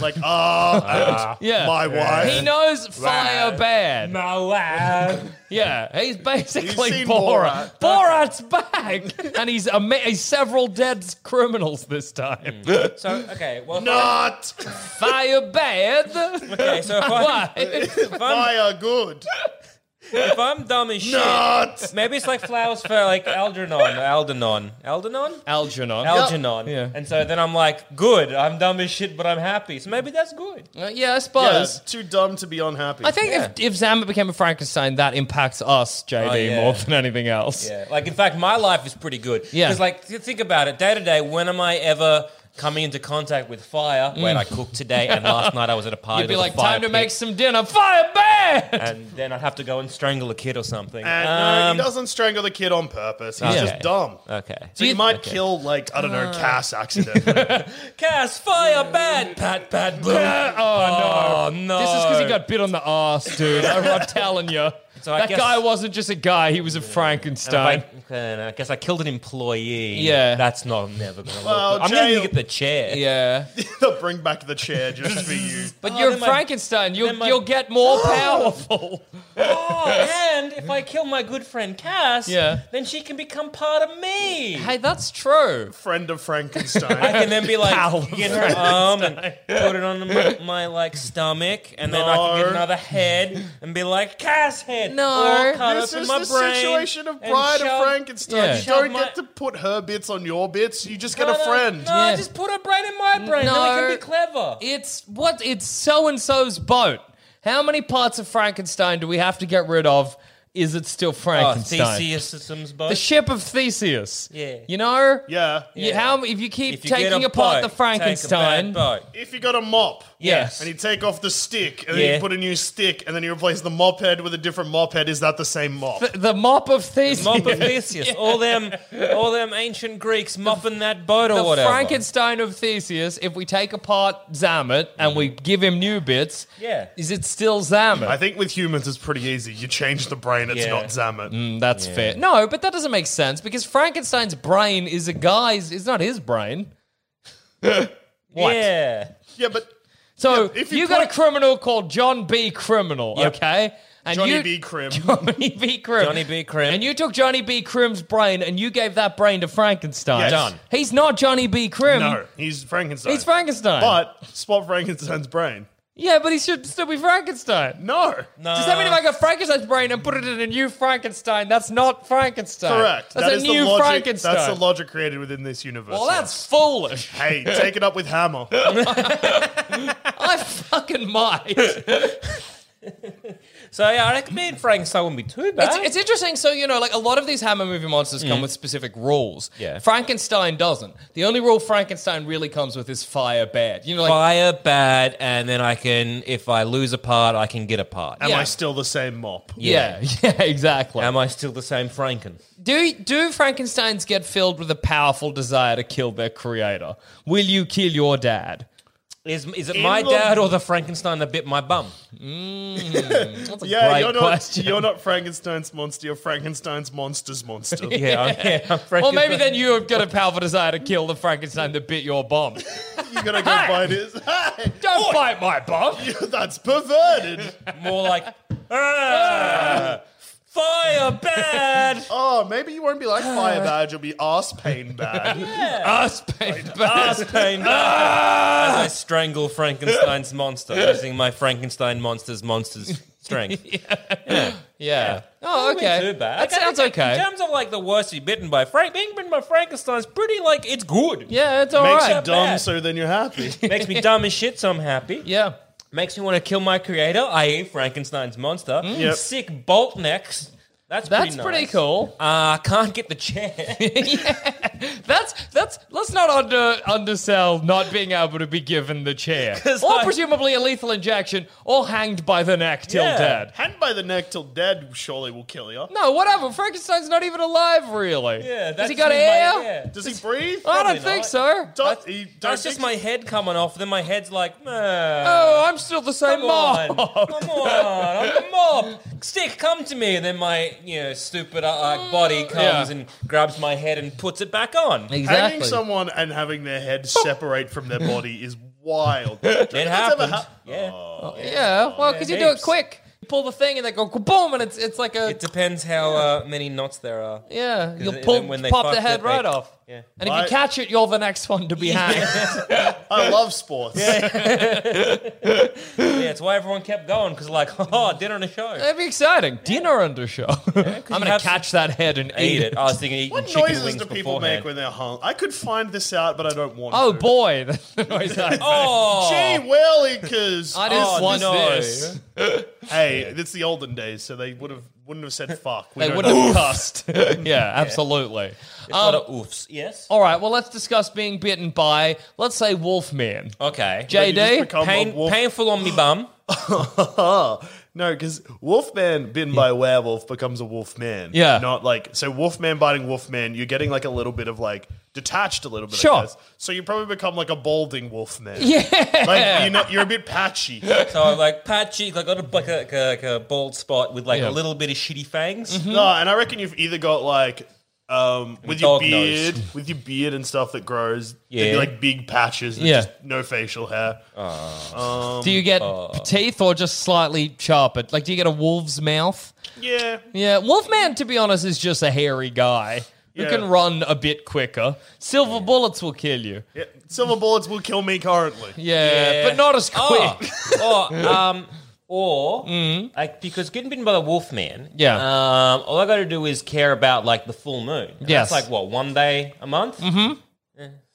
Speaker 2: Like ah,
Speaker 1: Yeah.
Speaker 2: my wife.
Speaker 1: he knows fire bad.
Speaker 3: No way.
Speaker 2: uh,
Speaker 1: Yeah, he's basically
Speaker 2: You've seen
Speaker 1: Borat. Borat's back, and he's a ma- he's several dead criminals this time.
Speaker 3: so okay. Well.
Speaker 2: Not
Speaker 1: Fire bad.
Speaker 3: Okay. So if, I,
Speaker 1: Why?
Speaker 3: if I'm
Speaker 2: fire good.
Speaker 3: if I'm dumb as shit.
Speaker 2: Not
Speaker 3: Maybe it's like flowers for like Algernon, Algernon, Algernon,
Speaker 1: Algernon.
Speaker 3: Algernon.
Speaker 1: Yeah.
Speaker 3: And so then I'm like, good. I'm dumb as shit, but I'm happy. So maybe that's good.
Speaker 1: Uh, yeah, I
Speaker 2: Yeah,
Speaker 1: suppose.
Speaker 2: too dumb to be unhappy.
Speaker 1: I think if, if Zamba became a Frankenstein, that impacts us, JD,
Speaker 3: Oh, yeah.
Speaker 1: more than anything else.
Speaker 3: Yeah. Like in fact, my life is pretty good.
Speaker 1: Yeah.
Speaker 3: Because like th- think about it, day to day, when am I ever coming into contact with fire? Wait, I cooked today, and last night I was at a party.
Speaker 1: Mm. You'd be
Speaker 3: with a
Speaker 1: like,
Speaker 3: fire
Speaker 1: time to
Speaker 3: pit,
Speaker 1: make some dinner. Fire bad.
Speaker 3: And then I'd have to go and strangle a kid or something. Uh,
Speaker 2: And no, he doesn't strangle the kid on purpose. He's
Speaker 3: Um, Okay. Uh,
Speaker 2: just dumb.
Speaker 3: Okay. Uh.
Speaker 2: So you might kill, like, I don't know, Cass accidentally.
Speaker 3: Cass, fire, bad, pat, pat, boom.
Speaker 1: oh,
Speaker 3: no. Oh,
Speaker 1: This is because he got bit on the ass, dude. I'm, I'm telling you.
Speaker 3: So I
Speaker 1: that
Speaker 3: guess-
Speaker 1: guy wasn't just a guy; he was a Frankenstein.
Speaker 3: I, okay, I guess I killed an employee.
Speaker 1: Yeah.
Speaker 3: that's not I'm never gonna.
Speaker 2: Well,
Speaker 3: look. I'm gonna
Speaker 2: jail.
Speaker 3: get the chair.
Speaker 1: yeah,
Speaker 2: They'll bring back the chair just for you.
Speaker 1: but
Speaker 3: Oh,
Speaker 1: you're
Speaker 3: then my-
Speaker 1: Frankenstein. You'll
Speaker 3: then my-
Speaker 1: you'll get more powerful.
Speaker 3: Oh, and if I kill my good friend Cass,
Speaker 1: Yeah.
Speaker 3: then she can become part of me.
Speaker 1: hey, that's true.
Speaker 2: Friend of
Speaker 3: I
Speaker 2: Frankenstein.
Speaker 3: can then be like,
Speaker 1: Pal of
Speaker 3: get her arm and put it on my, my like stomach, and then I can get
Speaker 2: No.
Speaker 3: another head and be like, Cass head.
Speaker 1: No.
Speaker 3: all cut
Speaker 2: this
Speaker 3: up uh, in
Speaker 2: is
Speaker 3: my
Speaker 2: the
Speaker 3: brain
Speaker 2: situation of
Speaker 3: and
Speaker 2: Bride
Speaker 3: shove-
Speaker 2: of Frankenstein.
Speaker 1: Yeah.
Speaker 2: You
Speaker 3: shove
Speaker 2: don't
Speaker 3: my-
Speaker 2: get to put her bits on your bits. You just get
Speaker 3: No,
Speaker 2: a
Speaker 3: no,
Speaker 2: friend.
Speaker 3: No,
Speaker 1: Yeah.
Speaker 3: just put her brain in my brain. No. Then we
Speaker 1: No.
Speaker 3: can be clever.
Speaker 1: It's what it's so and so's boat. How many parts of Frankenstein do we have to get rid of? Is it still
Speaker 3: Oh,
Speaker 1: Frankenstein?
Speaker 3: Theseus systems both.
Speaker 1: The ship of Theseus.
Speaker 3: Yeah.
Speaker 1: You know?
Speaker 2: Yeah.
Speaker 1: You- how if you keep
Speaker 3: If you get
Speaker 1: taking
Speaker 3: a
Speaker 1: apart
Speaker 3: boat,
Speaker 1: the Frankenstein?
Speaker 3: take a bad boat.
Speaker 2: If you got a mop.
Speaker 1: Yes.
Speaker 2: And you take off the stick, and
Speaker 3: Yeah.
Speaker 2: then you put a new stick, and then you replace the mop head with a different mop head. Is that the same mop?
Speaker 1: The, the mop of Theseus.
Speaker 3: Mop of Theseus, all them, all them ancient Greeks mopping that boat or
Speaker 1: the
Speaker 3: whatever.
Speaker 1: Frankenstein of Theseus, if we take apart Zamet and we give him new bits,
Speaker 3: Mm-hmm. Yeah.
Speaker 1: is it still Zamet?
Speaker 2: I think with humans it's pretty easy. You change the brain, it's
Speaker 3: Yeah.
Speaker 2: not Zamet.
Speaker 1: Mm, That's fair. No, but that doesn't make sense because Frankenstein's brain is a guy's, it's not his brain. what?
Speaker 3: Yeah,
Speaker 2: Yeah, but
Speaker 1: So
Speaker 2: Yeah, if
Speaker 1: you,
Speaker 2: you
Speaker 1: got a
Speaker 2: put-
Speaker 1: criminal called John B. Criminal,
Speaker 2: Yep.
Speaker 1: okay? And
Speaker 2: Johnny
Speaker 1: you-
Speaker 2: B. Crim.
Speaker 1: Johnny B. Crim.
Speaker 3: Johnny B. Crim.
Speaker 1: And you took Johnny B. Crim's brain and you gave that brain to Frankenstein.
Speaker 2: Yes. Done.
Speaker 1: He's not Johnny B. Crim.
Speaker 2: no, he's Frankenstein.
Speaker 1: He's Frankenstein.
Speaker 2: But spot Frankenstein's brain.
Speaker 1: yeah, but he should still be Frankenstein.
Speaker 2: No.
Speaker 3: Uh,
Speaker 1: Does that mean if I got Frankenstein's brain and put it in a new Frankenstein, that's not Frankenstein?
Speaker 2: Correct.
Speaker 1: That's
Speaker 2: That
Speaker 1: a
Speaker 2: is
Speaker 1: new
Speaker 2: the logic,
Speaker 1: Frankenstein.
Speaker 2: That's the logic created within this universe.
Speaker 1: well, Oh, that's foolish.
Speaker 2: yes. Hey, take it up with Hammer.
Speaker 1: I fucking might.
Speaker 3: So yeah, I reckon me and Frankenstein wouldn't be too bad.
Speaker 1: It's, it's interesting. So you know, like a lot of these Hammer movie monsters come with specific rules.
Speaker 3: Yeah.
Speaker 1: Frankenstein doesn't. The only rule Frankenstein really comes with is fire bad. You know, like
Speaker 3: fire bad, and then I can, if I lose a part, I can get a part.
Speaker 2: Am
Speaker 1: Yeah.
Speaker 2: I still the same mop?
Speaker 1: yeah, yeah, exactly.
Speaker 3: Am I still the same Franken?
Speaker 1: do do Frankenstein's get filled with a powerful desire to kill their creator? Will you kill your dad?
Speaker 3: Is, is it my
Speaker 2: the-
Speaker 3: dad or the Frankenstein that bit my bum?
Speaker 2: Yeah,
Speaker 1: Great
Speaker 2: you're not.
Speaker 1: question.
Speaker 2: You're not Frankenstein's monster. You're Frankenstein's monster's monster.
Speaker 3: Yeah, I'm, yeah, I'm Frankenstein.
Speaker 1: Or maybe then you have got a powerful desire to kill the Frankenstein that bit your bum.
Speaker 2: You gotta go find his. Hey,
Speaker 1: Don't bite my bum.
Speaker 2: that's perverted.
Speaker 3: more like "Ah, fire bad.
Speaker 2: Oh, maybe you won't be like fire badge. You'll be ass pain bad.
Speaker 1: Us, baby.
Speaker 3: ass pain as
Speaker 1: Ah.
Speaker 3: I strangle Frankenstein's monster using my Frankenstein monster's monster's strength.
Speaker 1: Yeah. Oh, okay.
Speaker 3: Too
Speaker 1: That
Speaker 3: bad.
Speaker 1: sounds okay.
Speaker 3: In terms of like the worst to be bitten by Frank, being bitten by Frankenstein's pretty like it's good.
Speaker 1: Yeah, it's all right.
Speaker 2: Makes you dumb,
Speaker 3: bad.
Speaker 2: so then you're happy.
Speaker 3: Makes me dumb as shit, so I'm happy.
Speaker 1: Yeah.
Speaker 3: Makes me want to kill my creator, i.e., Frankenstein's monster.
Speaker 2: Mm. Yep.
Speaker 3: Sick bolt necks. That's pretty
Speaker 1: That's
Speaker 3: nice.
Speaker 1: pretty cool.
Speaker 3: Uh, can't get the chair.
Speaker 1: That's that's let's not under undersell not being able to be given the chair.
Speaker 3: 'Cause
Speaker 1: Or
Speaker 3: I-
Speaker 1: presumably a lethal injection or hanged by the neck till
Speaker 3: Yeah.
Speaker 1: dead.
Speaker 2: Hand by the neck till dead surely will kill you.
Speaker 1: No, whatever. Frankenstein's not even alive really.
Speaker 3: yeah, that's
Speaker 1: Has he got
Speaker 3: just my-
Speaker 1: air?
Speaker 3: yeah.
Speaker 2: Does he breathe?
Speaker 1: I
Speaker 3: Probably
Speaker 1: don't think
Speaker 3: not.
Speaker 1: so.
Speaker 2: Don't, he, don't
Speaker 3: That's
Speaker 2: think
Speaker 3: just my head coming off. Then my head's like, "Meh."
Speaker 1: Oh, I'm still the same
Speaker 3: Come on.
Speaker 1: mom.
Speaker 3: Come on. I'm a mob. Stick, come to me. And then my, you know, stupid uh, uh, body
Speaker 1: Yeah.
Speaker 3: comes and grabs my head and puts it back on.
Speaker 2: Hanging someone and having their head separate from their body is wild.
Speaker 3: It happened.
Speaker 2: hap-
Speaker 3: yeah.
Speaker 2: Oh.
Speaker 1: Yeah.
Speaker 3: Oh,
Speaker 1: Well, because you do it
Speaker 3: heaps.
Speaker 1: quick. You pull the thing and they go boom and it's it's like a
Speaker 3: It depends how uh, many knots there are.
Speaker 1: yeah, you'll
Speaker 3: then
Speaker 1: pull
Speaker 3: when they
Speaker 1: pop the
Speaker 3: fucked
Speaker 1: head
Speaker 3: it,
Speaker 1: right
Speaker 3: they-
Speaker 1: off.
Speaker 3: yeah.
Speaker 1: And if
Speaker 2: I-
Speaker 1: you catch it, you're the next one to be hanged.
Speaker 2: I love sports.
Speaker 3: Yeah, it's why everyone kept going because, like, oh, dinner and a show.
Speaker 1: That'd be exciting. Dinner under show. I'm
Speaker 3: you
Speaker 1: gonna
Speaker 3: have
Speaker 1: catch that head and Oh,
Speaker 3: Eat it. I was thinking eating
Speaker 2: What
Speaker 3: chicken
Speaker 2: noises
Speaker 3: wings
Speaker 2: do people
Speaker 3: beforehand.
Speaker 2: make when they're hung? I could find this out, but I don't want
Speaker 1: Oh
Speaker 2: to.
Speaker 1: boy, that's the noise I
Speaker 3: Oh,
Speaker 2: Gee willikers!
Speaker 1: I didn't
Speaker 3: oh,
Speaker 1: want
Speaker 3: no.
Speaker 1: this.
Speaker 2: hey, it's the olden days, so they would have wouldn't have said fuck. We
Speaker 1: They
Speaker 2: don't
Speaker 1: would have
Speaker 2: know.
Speaker 1: cussed. yeah, absolutely. Um,
Speaker 3: a lot of oofs. Um, Yes.
Speaker 1: All right, well, let's discuss being bitten by, let's say, Wolfman.
Speaker 3: Okay.
Speaker 2: You just
Speaker 1: JD?
Speaker 2: become a
Speaker 3: Pain,
Speaker 2: wolf.
Speaker 3: painful on me bum.
Speaker 2: No, because Wolfman bitten by a werewolf becomes a Wolfman.
Speaker 1: Yeah.
Speaker 2: Not like, so Wolfman biting Wolfman, you're getting like a little bit of like detached a little bit. I
Speaker 1: Sure.
Speaker 2: guess. So you probably become like a balding Wolfman. Yeah. Like you're, not, you're a bit patchy.
Speaker 3: So I'm like patchy, like got a, like a, like a, like a bald spot with like
Speaker 1: Yeah.
Speaker 3: a little bit of shitty fangs.
Speaker 2: No, and I reckon you've either got like um, with your
Speaker 3: dog nose.
Speaker 2: beard, with your beard and stuff that grows, there'd be
Speaker 3: Yeah.
Speaker 2: like big patches, and
Speaker 1: Yeah.
Speaker 2: just no facial hair.
Speaker 1: do you get teeth or just slightly sharper? Like, do you get a wolf's mouth?
Speaker 2: Yeah,
Speaker 1: Yeah, Wolfman, to be honest, is just a hairy guy who
Speaker 2: Yeah.
Speaker 1: can run a bit quicker. Silver bullets will kill you. Yeah,
Speaker 2: yeah. silver bullets will kill me currently.
Speaker 1: but not as quick.
Speaker 3: Oh, or um, or like because getting bitten by the wolf man.
Speaker 1: Yeah.
Speaker 3: Um, all I got to do is care about like the full moon. And
Speaker 1: Yes.
Speaker 3: That's like what one day a month. Mm-hmm.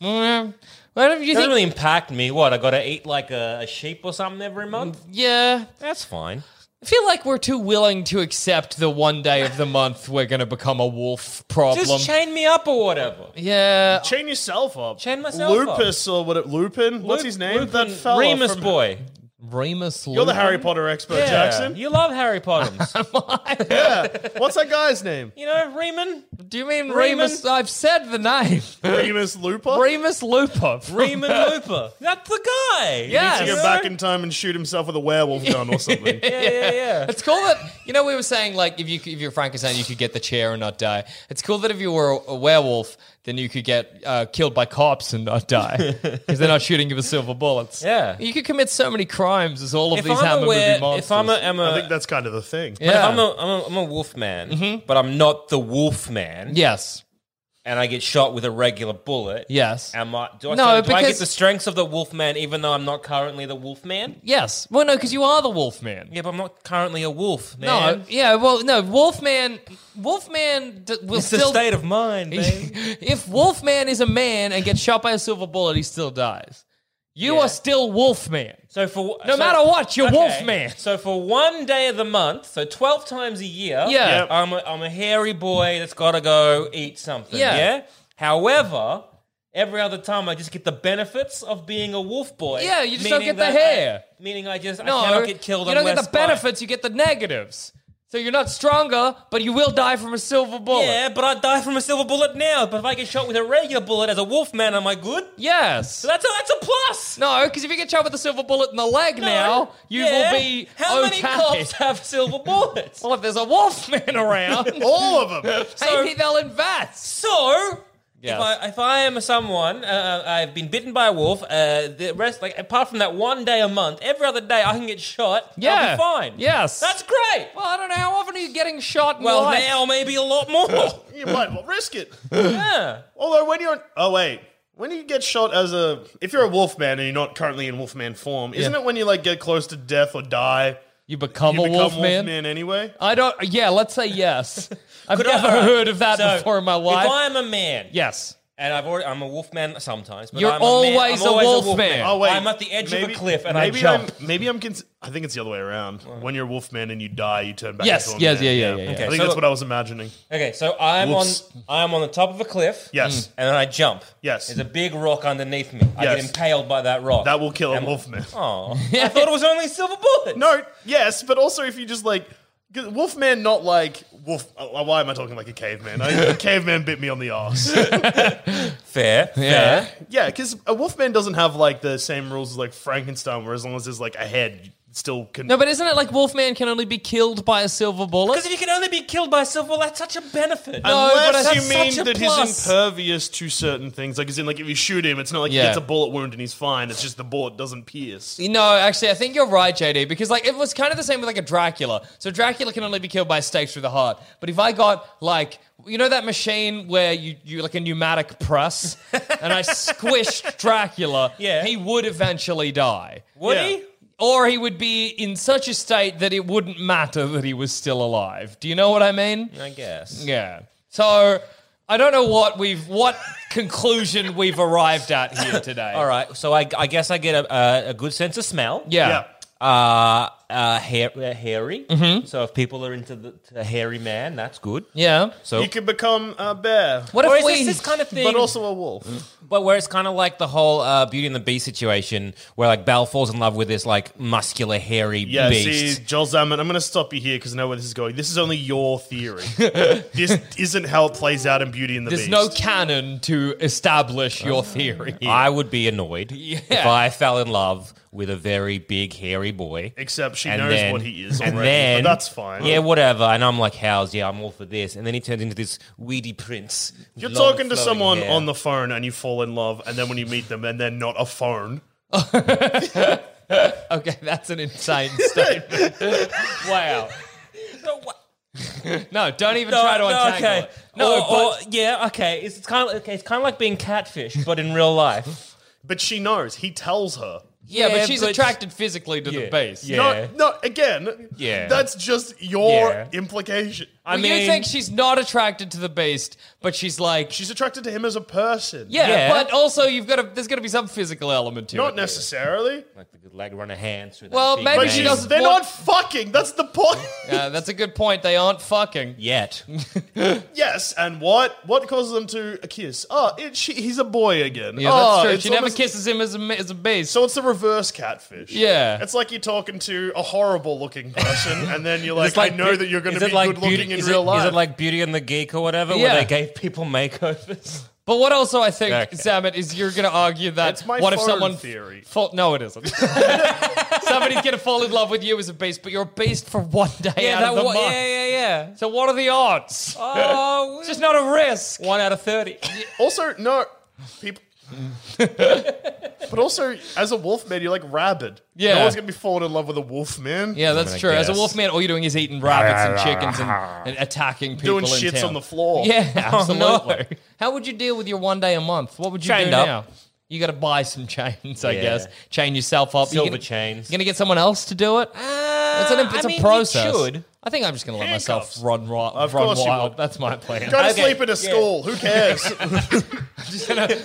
Speaker 1: Mm, What do you
Speaker 3: It doesn't
Speaker 1: think?
Speaker 3: really impact me. What I got to eat like a, a sheep or something every month.
Speaker 1: Mm, Yeah,
Speaker 3: That's fine.
Speaker 1: I feel like we're too willing to accept the one day of the month we're going to become a wolf problem.
Speaker 3: Just chain me up or whatever.
Speaker 1: yeah,
Speaker 2: Chain yourself up.
Speaker 3: Chain myself up.
Speaker 2: Lupus or what? it- Lupin? What's his name?
Speaker 3: Lupin-
Speaker 2: that fella
Speaker 3: Remus
Speaker 2: from-
Speaker 3: boy.
Speaker 1: Remus.
Speaker 2: You're the
Speaker 1: Lupin.
Speaker 2: Harry Potter expert,
Speaker 3: Yeah.
Speaker 2: Jackson.
Speaker 3: You love Harry Potter.
Speaker 2: What's that guy's name?
Speaker 3: you know, Reman?
Speaker 1: Do you mean
Speaker 3: Reman?
Speaker 1: Remus? I've said the name.
Speaker 2: Remus Looper.
Speaker 1: Remus Lupa.
Speaker 3: Reman Looper. That's the guy.
Speaker 1: Yes.
Speaker 2: to
Speaker 1: You
Speaker 2: go back in time and shoot himself with a werewolf gun or something.
Speaker 3: Yeah, yeah, yeah.
Speaker 1: It's cool that you know we were saying like if you if you're Frankenstein you could get the chair and not die. It's cool that if you were a, a werewolf then you could get uh, killed by cops and not die because they're not shooting you with silver bullets.
Speaker 3: Yeah.
Speaker 1: you could commit so many crimes as all of
Speaker 3: If
Speaker 1: these
Speaker 3: I'm,
Speaker 1: Hammer
Speaker 3: aware,
Speaker 1: movie monsters.
Speaker 3: if I'm a, I'm a-
Speaker 2: I think that's kind of the thing.
Speaker 3: But
Speaker 1: Yeah. Mm-hmm.
Speaker 3: if I'm a, I'm a, I'm a wolf man, but I'm not the wolf man,
Speaker 1: yes,
Speaker 3: and I get shot with a regular bullet,
Speaker 1: yes,
Speaker 3: am I, do, I,
Speaker 1: No,
Speaker 3: so do I
Speaker 1: because-
Speaker 3: get the strengths of the wolf man even though I'm not currently the wolf man?
Speaker 1: yes. Well, no, because you are the Wolfman.
Speaker 3: Yeah, but I'm not currently a wolf, man.
Speaker 1: no, yeah, well, no, Wolfman. Wolfman d- will
Speaker 3: It's
Speaker 1: still.
Speaker 3: a state of mind, babe.
Speaker 1: if Wolfman is a man and gets shot by a silver bullet, he still dies. You
Speaker 3: Yeah.
Speaker 1: are still Wolfman.
Speaker 3: So for
Speaker 1: No
Speaker 3: so-
Speaker 1: matter what, you're wolf man.
Speaker 3: So for one day of the month, so twelve times a year,
Speaker 1: Yeah. Yep.
Speaker 3: I'm a, I'm a hairy boy that's got to go eat something.
Speaker 1: Yeah.
Speaker 3: Yeah. However, every other time I just get the benefits of being a wolf boy.
Speaker 1: Yeah, you just don't
Speaker 3: meaning
Speaker 1: get the
Speaker 3: that I-
Speaker 1: hair.
Speaker 3: meaning I just I cannot get killed.
Speaker 1: You don't get
Speaker 3: unless
Speaker 1: the benefits, you get the negatives. So you're not stronger, but you will die from a silver
Speaker 3: By,
Speaker 1: bullet.
Speaker 3: yeah, but I die from a silver bullet now. But if I get shot with a regular bullet as a wolf man, am I good?
Speaker 1: Yes.
Speaker 3: So that's a, that's a plus.
Speaker 1: No, because if you get shot with a silver bullet in the leg
Speaker 3: No.
Speaker 1: now, you
Speaker 3: Yeah.
Speaker 1: will be
Speaker 3: How
Speaker 1: okay.
Speaker 3: many cops have silver bullets?
Speaker 1: well, if there's a wolfman around,
Speaker 2: All of them.
Speaker 1: maybe they'll invest.
Speaker 3: So,
Speaker 1: Yes.
Speaker 3: if, I, if I am someone, uh, I've been bitten by a wolf, uh, the rest, like, apart from that one day a month, every other day I can get shot.
Speaker 1: Yeah.
Speaker 3: I'll be fine.
Speaker 1: Yes.
Speaker 3: That's great.
Speaker 1: Well, I don't know. How often are you getting shot in
Speaker 3: Well,
Speaker 1: life?
Speaker 3: now maybe a lot more.
Speaker 2: You might well risk it.
Speaker 3: yeah.
Speaker 2: Although when you're oh wait, when you get shot as a if you're a wolfman and you're not currently in wolfman form, isn't it when you like get close to death or die,
Speaker 1: you become
Speaker 2: you
Speaker 1: a
Speaker 2: become
Speaker 1: wolfman.
Speaker 2: anyway?
Speaker 1: I don't. Yeah, let's say yes. I've
Speaker 3: Could I-
Speaker 1: never
Speaker 3: alright.
Speaker 1: heard of that
Speaker 3: So,
Speaker 1: before in my life.
Speaker 3: If I'm a man,
Speaker 1: yes.
Speaker 3: and I've already, I'm a wolf man sometimes, but
Speaker 1: You're
Speaker 3: I'm a man-
Speaker 1: always
Speaker 3: I'm
Speaker 1: a
Speaker 3: always
Speaker 1: wolf
Speaker 3: wolf
Speaker 1: man.
Speaker 2: Oh wait,
Speaker 3: I'm at the edge of a cliff and I
Speaker 2: maybe
Speaker 3: jump.
Speaker 2: I'm, maybe I'm. Cons- I think it's the other way around. When you're a wolfman and you die, you turn back.
Speaker 1: Yes,
Speaker 2: into a
Speaker 1: yes,
Speaker 2: man.
Speaker 1: yeah, yeah, yeah, yeah.
Speaker 2: I
Speaker 1: Okay,
Speaker 2: think
Speaker 3: so-
Speaker 2: that's what I was imagining.
Speaker 3: Okay, so I'm
Speaker 2: Wolves.
Speaker 3: on I'm on the top of a cliff.
Speaker 2: Yes.
Speaker 3: And then I jump.
Speaker 2: Yes.
Speaker 3: There's a big rock underneath me. I
Speaker 2: Yes.
Speaker 3: get impaled by that rock.
Speaker 2: That will kill a
Speaker 3: And-
Speaker 2: wolfman.
Speaker 3: Oh, I thought it was only silver bullets.
Speaker 2: No, yes, but also if you just like. 'cause Wolfman, not like wolf. oh, Why am I talking like a caveman? I, a caveman bit me on the ass.
Speaker 3: Fair.
Speaker 1: Yeah.
Speaker 2: Yeah, because a wolfman doesn't have like the same rules as like Frankenstein, where as long as there's like a head, you still can.
Speaker 1: No, but isn't it like Wolfman can only be killed by a silver bullet?
Speaker 3: Because if you can only be killed by silver, well, that's such a benefit.
Speaker 1: but
Speaker 2: Unless
Speaker 1: that's
Speaker 2: you mean
Speaker 1: such a
Speaker 2: that
Speaker 1: plus.
Speaker 2: he's impervious to certain things, like as in like if you shoot him, it's not like
Speaker 1: Yeah.
Speaker 2: he gets a bullet wound and he's fine. It's just the bullet doesn't pierce.
Speaker 1: No, actually, I think you're right, JD, because like it was kind of the same with like a Dracula. So Dracula can only be killed by a stake through the heart. But if I got like you know that machine where you you like a pneumatic press and I squished Dracula,
Speaker 3: Yeah.
Speaker 1: he would eventually die.
Speaker 3: Would
Speaker 2: Yeah.
Speaker 3: he?
Speaker 1: Or he would be in such a state that it wouldn't matter that he was still alive. Do you know what I mean?
Speaker 3: I guess.
Speaker 1: Yeah. So I don't know what we've what conclusion we've arrived at here today.
Speaker 3: All right. So I, I guess I get a, a, a good sense of smell.
Speaker 1: Yeah.
Speaker 2: Yeah.
Speaker 3: Uh, uh, hair, uh, hairy. So if people are into the to hairy man, that's good.
Speaker 1: Yeah.
Speaker 3: So
Speaker 2: You could become a bear,
Speaker 3: Oh. what
Speaker 1: if
Speaker 3: or is
Speaker 1: we-
Speaker 3: this this kind of thing?
Speaker 2: but also a wolf.
Speaker 3: But where it's kind of like the whole uh, Beauty and the Beast situation, where like Belle falls in love with this like muscular, hairy
Speaker 2: Yeah,
Speaker 3: beast.
Speaker 2: see, Joel Zaman, I'm going to stop you here because I know where this is going. This is only your theory. this isn't how it plays out in Beauty and the
Speaker 1: There's
Speaker 2: Beast.
Speaker 1: no canon to establish your theory.
Speaker 3: Uh, I would be annoyed if
Speaker 1: Yeah.
Speaker 3: I fell in love with a very big, hairy boy.
Speaker 2: Except she
Speaker 3: And
Speaker 2: knows
Speaker 3: then-
Speaker 2: what he is
Speaker 3: and
Speaker 2: already.
Speaker 3: then-
Speaker 2: but that's fine.
Speaker 3: Yeah, whatever. And I'm like, how's yeah, I'm all for this. And then he turns into this weedy prince. with
Speaker 2: You're
Speaker 3: long,
Speaker 2: talking to
Speaker 3: flowing
Speaker 2: someone
Speaker 3: hair.
Speaker 2: on the phone and you fall in love, and then when you meet them and they're not a phone.
Speaker 1: Okay, that's an insane statement. wow. No, don't even
Speaker 3: No,
Speaker 1: try to
Speaker 3: no,
Speaker 1: untangle
Speaker 3: okay.
Speaker 1: it. No,
Speaker 3: Or- or- yeah, okay. It's, it's kind of okay. It's kind of like being catfish, but in real life.
Speaker 2: But she knows. He tells her.
Speaker 1: yeah,
Speaker 3: yeah,
Speaker 1: but she's
Speaker 3: but-
Speaker 1: attracted physically to the
Speaker 3: Yeah,
Speaker 1: beast.
Speaker 3: yeah.
Speaker 2: No, no, again,
Speaker 3: Yeah.
Speaker 2: that's just your
Speaker 3: Yeah.
Speaker 2: implication.
Speaker 3: I
Speaker 1: Well,
Speaker 3: mean,
Speaker 1: you think she's not attracted to the beast, but she's like,
Speaker 2: She's attracted to him as a person.
Speaker 1: yeah,
Speaker 3: Yeah.
Speaker 1: but also you've got to. There's got to be some physical element to
Speaker 2: Not
Speaker 1: it.
Speaker 2: necessarily.
Speaker 3: like the good leg runner hands through. that
Speaker 1: Well,
Speaker 3: big
Speaker 1: maybe
Speaker 2: But
Speaker 3: mane.
Speaker 2: she
Speaker 1: she
Speaker 2: does
Speaker 1: doesn't
Speaker 2: they're
Speaker 1: want-
Speaker 2: not fucking. That's the point.
Speaker 1: Yeah, that's a good point. They aren't fucking.
Speaker 3: yet.
Speaker 2: yes, and what? What causes them to a kiss? Oh, it, she, he's a boy again.
Speaker 1: Yeah,
Speaker 2: oh,
Speaker 1: that's true.
Speaker 2: it's
Speaker 1: She never
Speaker 2: almost-
Speaker 1: kisses him as a, ma- as a beast.
Speaker 2: So it's the reverse catfish.
Speaker 1: Yeah.
Speaker 2: It's like you're talking to a horrible looking person, and then you're like,
Speaker 3: It's like
Speaker 2: I know
Speaker 3: Be-
Speaker 2: that you're going
Speaker 3: is
Speaker 2: to
Speaker 3: it
Speaker 2: be
Speaker 3: like
Speaker 2: good looking
Speaker 3: Beauty-
Speaker 2: in
Speaker 3: is
Speaker 2: real
Speaker 3: it,
Speaker 2: life.
Speaker 3: Is it like Beauty and the Geek or whatever,
Speaker 1: Yeah.
Speaker 3: where they gave people makeovers?
Speaker 1: But what else do I think,
Speaker 3: Okay.
Speaker 1: Zamet, is you're going to argue that
Speaker 2: It's my
Speaker 1: what if
Speaker 2: phone
Speaker 1: someone
Speaker 2: theory.
Speaker 1: Fall, no, it isn't. Somebody's going to fall in love with you as a beast, but you're a beast for one day out of the
Speaker 3: wa-
Speaker 1: month.
Speaker 3: yeah, yeah.
Speaker 1: So what are the odds?
Speaker 3: Oh,
Speaker 1: it's just not a risk.
Speaker 3: one out of thirty.
Speaker 2: Also, no, people. but also, as a wolf man, you're like rabid.
Speaker 1: Yeah.
Speaker 2: no one's gonna be falling in love with a wolf man.
Speaker 1: Yeah, that's
Speaker 3: gonna
Speaker 1: true. As a
Speaker 3: guess.
Speaker 1: wolfman, all you're doing is eating rabbits and chickens and, and attacking people.
Speaker 2: doing
Speaker 1: in
Speaker 2: shits
Speaker 1: town.
Speaker 2: on the floor.
Speaker 1: Yeah, absolutely.
Speaker 3: no.
Speaker 1: How would you deal with your one day a month? What would you
Speaker 3: Chained
Speaker 1: do
Speaker 3: up.
Speaker 1: now? You got to buy some chains, I
Speaker 3: Yeah.
Speaker 1: guess. Chain yourself up. You
Speaker 3: Silver
Speaker 1: gonna-
Speaker 3: chains. Uh,
Speaker 1: You gonna get someone else to do it? it's an,
Speaker 3: I
Speaker 1: it's
Speaker 3: mean,
Speaker 1: a
Speaker 3: you
Speaker 1: process.
Speaker 3: should.
Speaker 1: I think I'm just gonna let
Speaker 2: Handcuffs.
Speaker 1: myself run, ro-
Speaker 2: Of
Speaker 1: run
Speaker 2: course you
Speaker 1: wild.
Speaker 2: would.
Speaker 1: That's my plan.
Speaker 2: Go to
Speaker 3: Okay,
Speaker 2: sleep in a
Speaker 3: yeah.
Speaker 2: school. Who cares?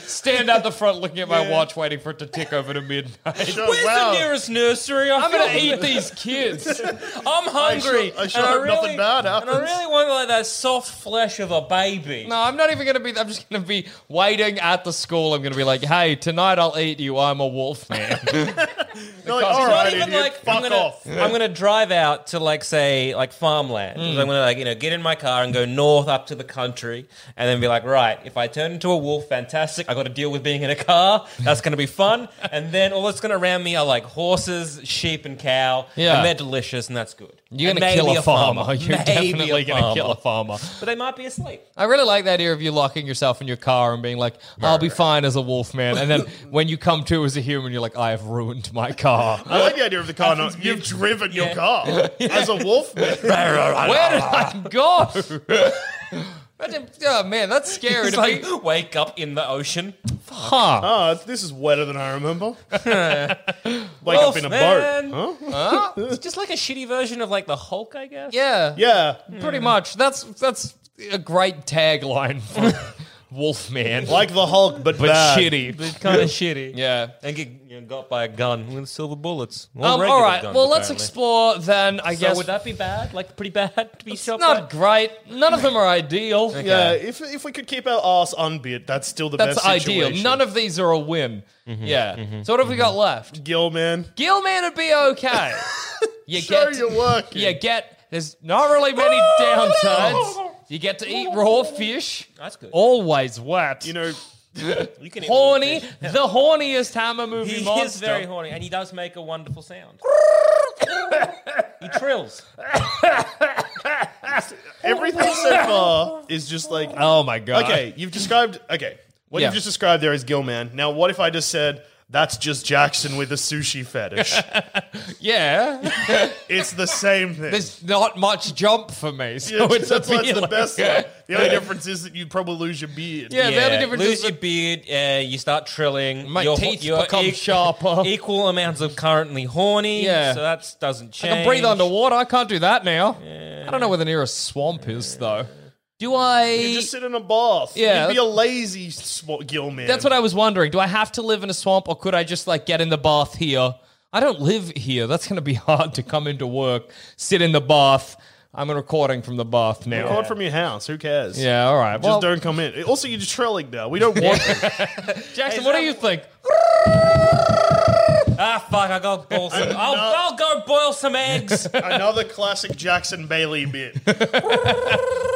Speaker 1: Stand out the front, looking at my
Speaker 2: Yeah.
Speaker 1: watch, waiting for it to tick over to midnight.
Speaker 2: Sure,
Speaker 3: Where's
Speaker 2: wow.
Speaker 3: the nearest nursery? I
Speaker 1: I'm
Speaker 3: feel-
Speaker 1: gonna eat these kids.
Speaker 3: I'm hungry.
Speaker 2: I sure- I sure
Speaker 3: and
Speaker 2: hope nothing bad
Speaker 3: And I
Speaker 2: happens.
Speaker 3: really want like that soft flesh of a baby.
Speaker 1: No, I'm not even gonna be. I'm just gonna be waiting at the school. I'm gonna be like, "Hey, tonight I'll eat you. I'm a wolf man."
Speaker 2: They're like,
Speaker 3: It's
Speaker 2: all
Speaker 3: not
Speaker 2: right,
Speaker 3: even
Speaker 2: idiot,
Speaker 3: like
Speaker 2: fuck
Speaker 3: I'm gonna,
Speaker 2: off.
Speaker 3: I'm gonna drive out to like say like farmland. So I'm gonna like you know get in my car and go north up to the country, and then be like, right, if I turn into a wolf, fantastic. I got to deal with being in a car. That's gonna be fun. and then all that's gonna around me are like horses, sheep, and cow.
Speaker 1: Yeah.
Speaker 3: and they're delicious, and that's good.
Speaker 1: You're
Speaker 3: And
Speaker 1: gonna
Speaker 3: maybe
Speaker 1: kill a, farmer. You're
Speaker 3: Maybe
Speaker 1: definitely
Speaker 3: a
Speaker 1: gonna kill a farmer.
Speaker 3: But they might be asleep.
Speaker 1: I really like the idea of you locking yourself in your car and being like, "I'll be fine as a wolf man," and then when you come to as a human, you're like, "I have ruined my car."
Speaker 2: I like the idea of the car. Not, you've driven your car as a wolf man.
Speaker 1: Where did I go? Imagine- oh man, that's scary
Speaker 3: It's
Speaker 1: to
Speaker 3: like
Speaker 1: be.
Speaker 3: wake up in the ocean.
Speaker 1: Huh?
Speaker 2: Ah, this is wetter than I remember. Wake up in a
Speaker 3: Wolfman.
Speaker 2: boat. Huh?
Speaker 3: It's just like a shitty version of like the Hulk, I guess.
Speaker 1: Yeah,
Speaker 2: Yeah.
Speaker 1: pretty much. That's that's a great tagline for wolf man,
Speaker 2: Like the Hulk, but,
Speaker 1: but
Speaker 2: bad.
Speaker 1: shitty.
Speaker 3: It's kind of shitty.
Speaker 1: Yeah.
Speaker 3: And get you know, got by a gun with silver bullets. Or
Speaker 1: Um,
Speaker 3: regular
Speaker 1: all right.
Speaker 3: guns,
Speaker 1: well, let's
Speaker 3: apparently.
Speaker 1: explore then. I
Speaker 3: So
Speaker 1: guess
Speaker 3: would that be bad? Like pretty bad to be
Speaker 1: it's
Speaker 3: shot?
Speaker 1: not great. None of them are ideal.
Speaker 2: Yeah, if, if we could keep our ass unbeat, that's still the
Speaker 1: That's
Speaker 2: best
Speaker 1: ideal.
Speaker 2: situation.
Speaker 1: None of these are a win.
Speaker 3: Mm-hmm.
Speaker 1: yeah. So what have we got left?
Speaker 2: Gilman.
Speaker 1: Gilman would be okay. you
Speaker 2: Show
Speaker 1: get
Speaker 2: your work.
Speaker 1: you get there's not really many downsides. You get to eat raw fish.
Speaker 3: That's good.
Speaker 1: Always wet.
Speaker 2: You know,
Speaker 3: You can eat
Speaker 1: horny,
Speaker 3: all
Speaker 1: the horniest hammer
Speaker 3: the
Speaker 1: movie
Speaker 3: fish. He
Speaker 1: monster.
Speaker 3: is very horny, and he does make a wonderful sound. he trills.
Speaker 2: everything so far is just like
Speaker 1: oh my god.
Speaker 2: Okay, you've described. Okay, what
Speaker 1: Yeah.
Speaker 2: you've just described there is Gilman. Now, what if I just said that's just Jackson with a sushi fetish?
Speaker 1: Yeah.
Speaker 2: it's the same thing.
Speaker 1: There's not much jump for me, so
Speaker 2: Yeah,
Speaker 1: it's
Speaker 2: that's why it's the
Speaker 1: appealing.
Speaker 2: best. one. The only difference is that you'd probably lose your beard.
Speaker 1: Yeah, the only difference
Speaker 3: lose
Speaker 1: is
Speaker 3: your beard. Uh, you start trilling.
Speaker 1: My
Speaker 3: your,
Speaker 1: teeth
Speaker 3: your
Speaker 1: become
Speaker 3: e-
Speaker 1: sharper.
Speaker 3: Equal amounts of currently horny.
Speaker 1: Yeah.
Speaker 3: So that doesn't
Speaker 1: I
Speaker 3: change.
Speaker 1: can breathe underwater. I can't do that now. I don't know where the nearest swamp is, though. Do I?
Speaker 2: You just sit in a bath.
Speaker 1: Yeah.
Speaker 2: you'd be a lazy sw- Gilman.
Speaker 1: That's what I was wondering. Do I have to live in a swamp, or could I just like get in the bath here? I I don't live here. That's going to be hard to come into work, sit in the bath. I'm recording from the bath now.
Speaker 2: Record from your house. Who cares?
Speaker 1: Yeah, all right.
Speaker 2: Just
Speaker 1: Well,
Speaker 2: don't come in. Also, you're trailing now. We don't want.
Speaker 1: Jackson, what do you think?
Speaker 3: Ah, fuck! I got boil some. I'll, I'll go boil some eggs.
Speaker 2: Another classic Jackson Bailey bit.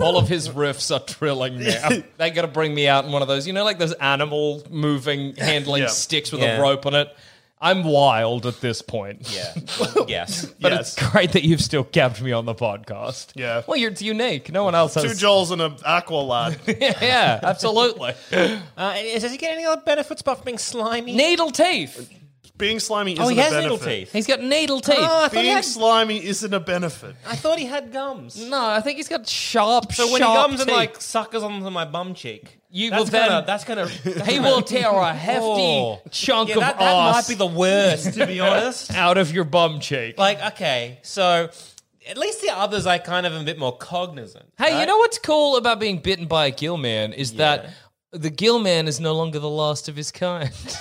Speaker 1: All of his riffs are trilling now. they got to bring me out in one of those, you know, like those animal moving, handling
Speaker 2: Yeah.
Speaker 1: sticks with
Speaker 3: Yeah.
Speaker 1: a rope on it. I'm wild at this point.
Speaker 3: yeah. Yes.
Speaker 1: But
Speaker 2: yes.
Speaker 1: it's great that you've still kept me on the podcast.
Speaker 2: Yeah.
Speaker 1: Well, you're, it's unique. No one else
Speaker 2: Two
Speaker 1: has.
Speaker 2: Joels and an aqua lad.
Speaker 1: yeah, absolutely.
Speaker 3: Uh, and does he get any other benefits apart from being slimy?
Speaker 1: needle teeth.
Speaker 2: Being slimy isn't
Speaker 3: oh, he has
Speaker 2: a benefit.
Speaker 3: little teeth.
Speaker 1: He's got needle teeth.
Speaker 3: Oh, I thought, he
Speaker 2: Being
Speaker 3: had,
Speaker 2: slimy isn't a benefit.
Speaker 3: I thought he had gums.
Speaker 1: no, I think he's got sharp.
Speaker 3: So when he
Speaker 1: sharp
Speaker 3: comes and
Speaker 1: teeth.
Speaker 3: like suckers onto my bum cheek,
Speaker 1: You
Speaker 3: that's
Speaker 1: will then-
Speaker 3: gonna, that's gonna that's
Speaker 1: he
Speaker 3: gonna-
Speaker 1: will tear a hefty
Speaker 3: Oh.
Speaker 1: chunk
Speaker 3: Yeah,
Speaker 1: of
Speaker 3: that, that might
Speaker 1: arse
Speaker 3: be the worst, to be honest.
Speaker 1: out of your bum cheek.
Speaker 3: like, okay, so at least the others I kind of am a bit more cognizant.
Speaker 1: Hey, you know what's cool about being bitten by a gill man is that the gill man is no longer the last of his kind.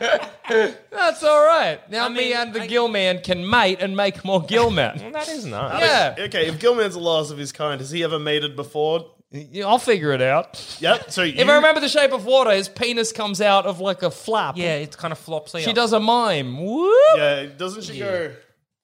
Speaker 1: That's all right. Now me
Speaker 3: mean,
Speaker 1: and the
Speaker 3: I-
Speaker 1: gill man can mate and make more gill men.
Speaker 3: that is nice.
Speaker 1: yeah,
Speaker 2: Okay, if Gilman's the last of his kind, has he ever mated before?
Speaker 1: Yeah, I'll figure it out.
Speaker 2: Yep. So you,
Speaker 1: If I remember the shape of water, his penis comes out of like a flap.
Speaker 3: Yeah, it's kind of flopsy.
Speaker 1: She
Speaker 3: up.
Speaker 1: does a mime. Whoop.
Speaker 2: Yeah, doesn't she go?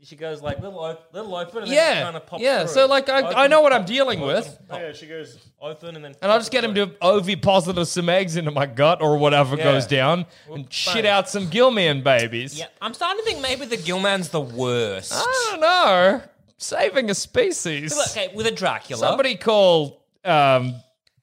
Speaker 3: She goes like little, op- little open, and then
Speaker 1: Yeah.
Speaker 3: kind of pops
Speaker 1: yeah.
Speaker 3: through.
Speaker 1: So like
Speaker 3: Open,
Speaker 1: I, I know what I'm dealing with.
Speaker 2: Oh, yeah, she goes.
Speaker 3: open, and then
Speaker 1: And I'll just get him to OV positive some eggs into my gut or whatever
Speaker 3: Yeah.
Speaker 1: goes down and shit out some Gillman babies.
Speaker 3: Yeah, I'm starting to think maybe the Gillman's the worst.
Speaker 1: I don't know. Saving a species.
Speaker 3: Okay, with a Dracula.
Speaker 1: Somebody call um,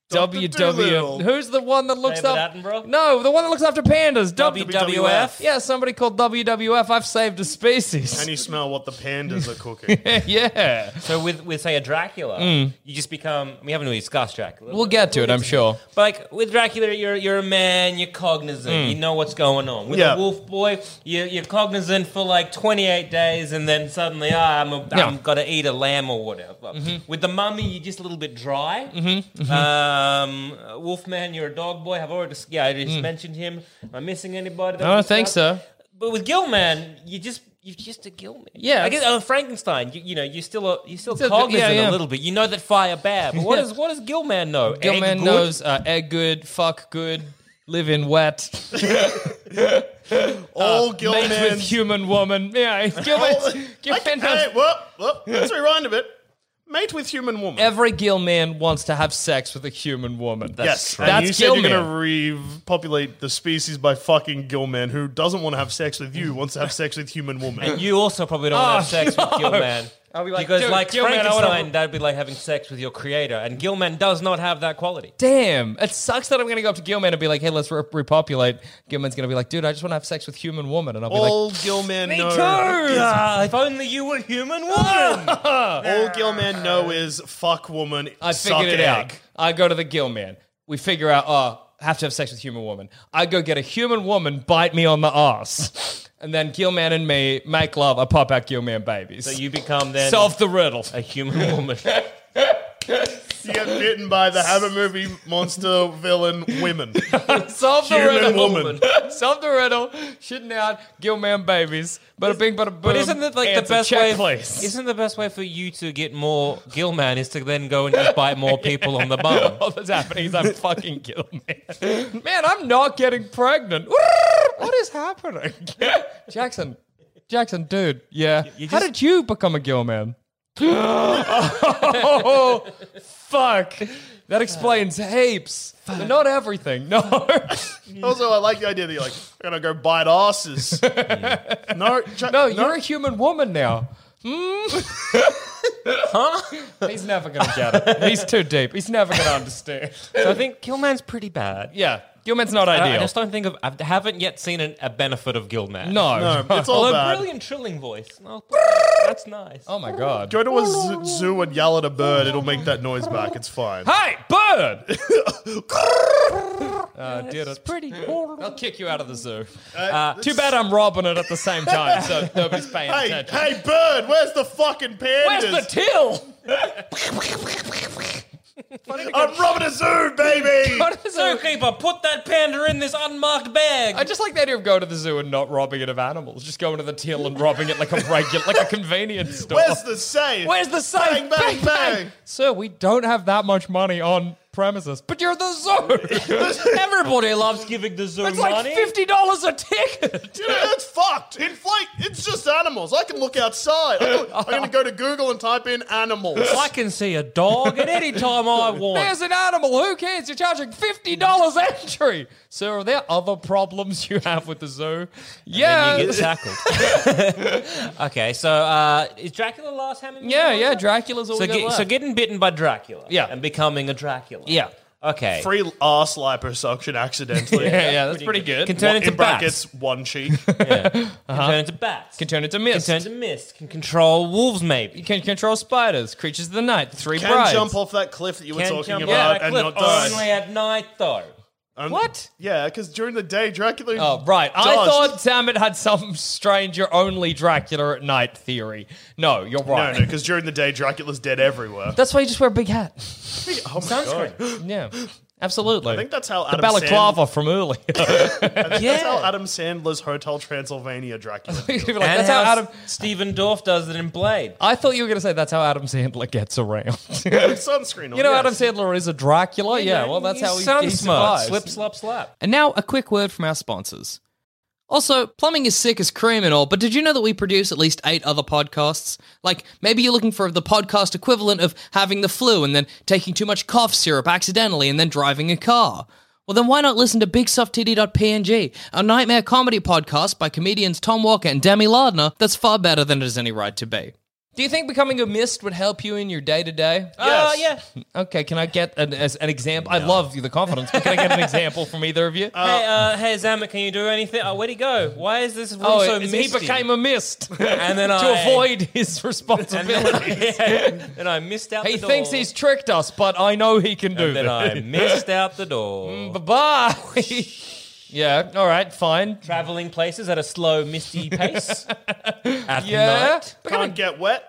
Speaker 2: Dr. Dolittle.
Speaker 1: WW. Who's the one that looks
Speaker 3: David
Speaker 1: up?
Speaker 3: Attenborough?
Speaker 1: No, the one that looks after pandas. W-
Speaker 3: WWF.
Speaker 1: yeah, somebody called WWF. I've saved a
Speaker 2: And
Speaker 1: species.
Speaker 2: you smell what the pandas are cooking.
Speaker 1: Ah, yeah.
Speaker 3: So with with say a Dracula, you just become. We haven't really discussed Dracula.
Speaker 1: Mm. We'll get to it, I'm sure.
Speaker 3: But like with Dracula, you're you're a man, you're cognizant,
Speaker 1: Mm.
Speaker 3: you know what's going on. With
Speaker 2: Yeah.
Speaker 3: the Wolf Boy, you're, you're cognizant for like 28 days, and then suddenly, ah, I'm, a,
Speaker 1: Yeah. Mm-hmm.
Speaker 3: I'm gotta eat a lamb or whatever. With the Mummy, you're just a little bit dry. Um, uh, Wolfman, you're a dog boy. I've already dis- yeah, I just mentioned him. Am I missing anybody? that
Speaker 1: Mm. I
Speaker 3: we
Speaker 1: don't think
Speaker 3: discussed?
Speaker 1: so.
Speaker 3: But with Gilman, you just you're just a Gilman.
Speaker 1: Yeah.
Speaker 3: I guess oh, Frankenstein. You, you know, you're still a, you're still
Speaker 1: Still-
Speaker 3: cognizant
Speaker 1: yeah, yeah.
Speaker 3: a little bit. You know that fire bad. But what does what does Gilman know? Egg
Speaker 1: Gillman
Speaker 3: good?
Speaker 1: knows uh, egg good, fuck good, live in wet,
Speaker 2: All
Speaker 1: mate with
Speaker 2: Gilman's.
Speaker 1: human woman. Yeah,
Speaker 2: all-
Speaker 1: Gillman,
Speaker 2: Hey,
Speaker 1: Gillman knows
Speaker 2: hey, whoop, whoop. Let's rewind a bit. Mate with human woman.
Speaker 1: every gill man wants to have sex with a human woman.
Speaker 2: yes,
Speaker 1: true. That's
Speaker 2: and you said you're
Speaker 1: Gilman.
Speaker 2: gonna repopulate the species by fucking Gilman, who doesn't want to have sex with you, wants to have sex with human woman.
Speaker 3: You also probably don't want to
Speaker 1: Oh,
Speaker 3: have sex
Speaker 1: no.
Speaker 3: with Gilman.
Speaker 1: I'll be like,
Speaker 3: because
Speaker 1: "Dude,
Speaker 3: like
Speaker 1: Gilman, I wanna-
Speaker 3: Frankenstein, that'd be like having sex with your creator, and Gilman does not have that quality.
Speaker 1: Damn, it sucks that I'm going to go up to Gilman and be like, hey, let's re- repopulate. Gilman's going to be like, dude, I just want to have sex with human woman. And I'll be like,
Speaker 2: all Gilman know.
Speaker 3: Ah, if only you were human woman.
Speaker 2: All Gilman know is fuck woman.
Speaker 1: I
Speaker 2: suck
Speaker 1: figured it
Speaker 2: egg.
Speaker 1: out. I go to the Gilman. We figure out, oh, have to have sex with human woman. I go get a human woman, bite me on the ass. And then Gilman and me make love. I pop out Gilman babies.
Speaker 3: so you become then
Speaker 1: Solve the riddle.
Speaker 3: a human woman.
Speaker 2: You get bitten by the Hammer movie monster villain women.
Speaker 1: Solve the
Speaker 2: Human
Speaker 1: riddle.
Speaker 2: woman.
Speaker 1: Solve the riddle. Shitting out Gilman babies. Bada bing, bada boom.
Speaker 3: But isn't that like the
Speaker 1: Answer.
Speaker 3: best
Speaker 1: Check,
Speaker 3: way?
Speaker 1: please.
Speaker 3: Isn't the best way for you to get more Gilman is to then go and just bite more people on the bum?
Speaker 1: all that's happening is I'm fucking killed, man. Man, I'm not getting pregnant. What is happening? Jackson, Jackson, dude, yeah. How
Speaker 3: just-
Speaker 1: did you become a gill man? oh, fuck. That explains heaps. But Not everything, no.
Speaker 2: also, I like the idea that you're like, I'm gonna go bite asses. no, ju-
Speaker 1: No, you're a human woman now. huh? He's never going to get it. He's too deep. He's never going to understand.
Speaker 3: So I think Gilman's pretty bad.
Speaker 1: Yeah, Gillman's not
Speaker 3: I, I
Speaker 1: ideal.
Speaker 3: just don't think of. I haven't yet seen an, a benefit of Gilman.
Speaker 1: no.
Speaker 2: no, it's all
Speaker 3: Although
Speaker 2: bad.
Speaker 3: brilliant trilling voice. Oh, that's nice.
Speaker 1: Oh my god.
Speaker 2: Go to a zoo, zoo and yell at a bird; it'll make that noise back. It's fine.
Speaker 1: Hey, bird! uh, did it.
Speaker 3: pretty.
Speaker 1: I'll kick you out of the zoo. Uh, Too bad I'm robbing it at the same time, so nobody's paying
Speaker 2: Hey,
Speaker 1: attention.
Speaker 2: hey, bird! Where's the fucking pandas?
Speaker 1: Where's the till?
Speaker 2: I'm robbing a zoo, baby.
Speaker 1: What is it?
Speaker 3: Zookeeper, put that panda in this unmarked bag.
Speaker 1: I just like the idea of going to the zoo and not robbing it of animals. Just going to the till and robbing it like a regular, like a convenience store.
Speaker 2: Where's the safe?
Speaker 1: Where's the safe?
Speaker 2: Bang, bang, bang.
Speaker 1: Sir, we don't have that much money on premises, but you're the zoo.
Speaker 3: Everybody loves giving the zoo
Speaker 1: it's like
Speaker 3: money.
Speaker 1: fifty dollars a ticket.
Speaker 2: Dude, that's fucked. Inflate. It's just animals. I can look outside. I'm going to go to Google and type in animals.
Speaker 3: I can see a dog at any time I want.
Speaker 1: There's an animal. Who cares? You're charging fifty dollars entry. Sir, are there other problems you have with the zoo? Yeah.
Speaker 3: You get tackled. okay, so uh, is Dracula last hammer?
Speaker 1: yeah, yeah, Dracula's all
Speaker 3: So,
Speaker 1: we got
Speaker 3: get,
Speaker 1: left.
Speaker 3: so getting bitten by Dracula,
Speaker 1: Yeah.
Speaker 3: and becoming a Dracula,
Speaker 1: Yeah.
Speaker 3: Okay,
Speaker 2: Free arse liposuction accidentally.
Speaker 1: yeah, yeah, that's pretty good.
Speaker 3: Can
Speaker 2: In
Speaker 3: turn into bats.
Speaker 2: brackets, one cheek.
Speaker 3: Can turn into bats.
Speaker 1: Can turn into
Speaker 3: Can
Speaker 1: mist.
Speaker 3: turn into mist. Can control wolves, maybe.
Speaker 1: can control spiders, creatures of the night, three
Speaker 2: Can
Speaker 1: brides.
Speaker 2: jump off that cliff that you were
Speaker 3: Can
Speaker 2: talking
Speaker 3: jump
Speaker 2: about
Speaker 3: off that
Speaker 2: and
Speaker 3: cliff
Speaker 2: not die.
Speaker 3: only at night, though.
Speaker 2: Um,
Speaker 1: What?
Speaker 2: Yeah, because during the day, Dracula.
Speaker 1: Oh, right. I
Speaker 2: does.
Speaker 1: thought Samet had some strange you're only Dracula at night theory. No, you're
Speaker 2: No,
Speaker 1: right.
Speaker 2: no, because during the day, Dracula's dead everywhere.
Speaker 1: That's why you just wear a big hat.
Speaker 2: Oh my god!
Speaker 1: Yeah, absolutely.
Speaker 2: I think that's how
Speaker 1: the
Speaker 2: Adam
Speaker 1: balaclava from earlier.
Speaker 2: Sand- That's how Adam Sandler's Hotel Transylvania Dracula.
Speaker 1: You'd be like,
Speaker 3: And
Speaker 1: that's how Adam.
Speaker 3: Stephen Dorff does it in Blade.
Speaker 1: I thought you were going to say that's how Adam Sandler gets around.
Speaker 2: Sunscreen. on,
Speaker 1: you know,
Speaker 2: Oh, yes.
Speaker 1: Adam Sandler is a Dracula. Yeah, well, that's how he, he survives.
Speaker 3: Slip, slap, slap.
Speaker 1: And now a quick word from our sponsors. Also, plumbing is sick as cream and all, but did you know that we produce at least eight other podcasts? Like, maybe you're looking for the podcast equivalent of having the flu and then taking too much cough syrup accidentally and then driving a car. Well, then why not listen to BigSoftTD.png, a nightmare comedy podcast by comedians Tom Walker and Demi Lardner that's far better than it has any right to be? Do you think becoming a mist would help you in your day to day?
Speaker 3: Oh, yeah.
Speaker 1: Okay, can I get an, as an example? I love you, the confidence, but can I get an example from either of you?
Speaker 3: hey, uh, hey, Zamet, can you do anything? Oh, where'd he go? Why is this room so
Speaker 1: it-
Speaker 3: misty?
Speaker 1: Oh, he became a mist
Speaker 3: And then
Speaker 1: to
Speaker 3: I-
Speaker 1: avoid his
Speaker 3: and then,
Speaker 1: responsibility.
Speaker 3: I, and I missed out
Speaker 1: he
Speaker 3: the door.
Speaker 1: thinks he's tricked us, but I know he can do
Speaker 3: And then I
Speaker 1: that.
Speaker 3: missed out the door.
Speaker 1: Mm, Bye. yeah. All right. Fine.
Speaker 3: Traveling places at a slow, misty pace. at
Speaker 1: Yeah.
Speaker 3: night.
Speaker 2: can't get wet.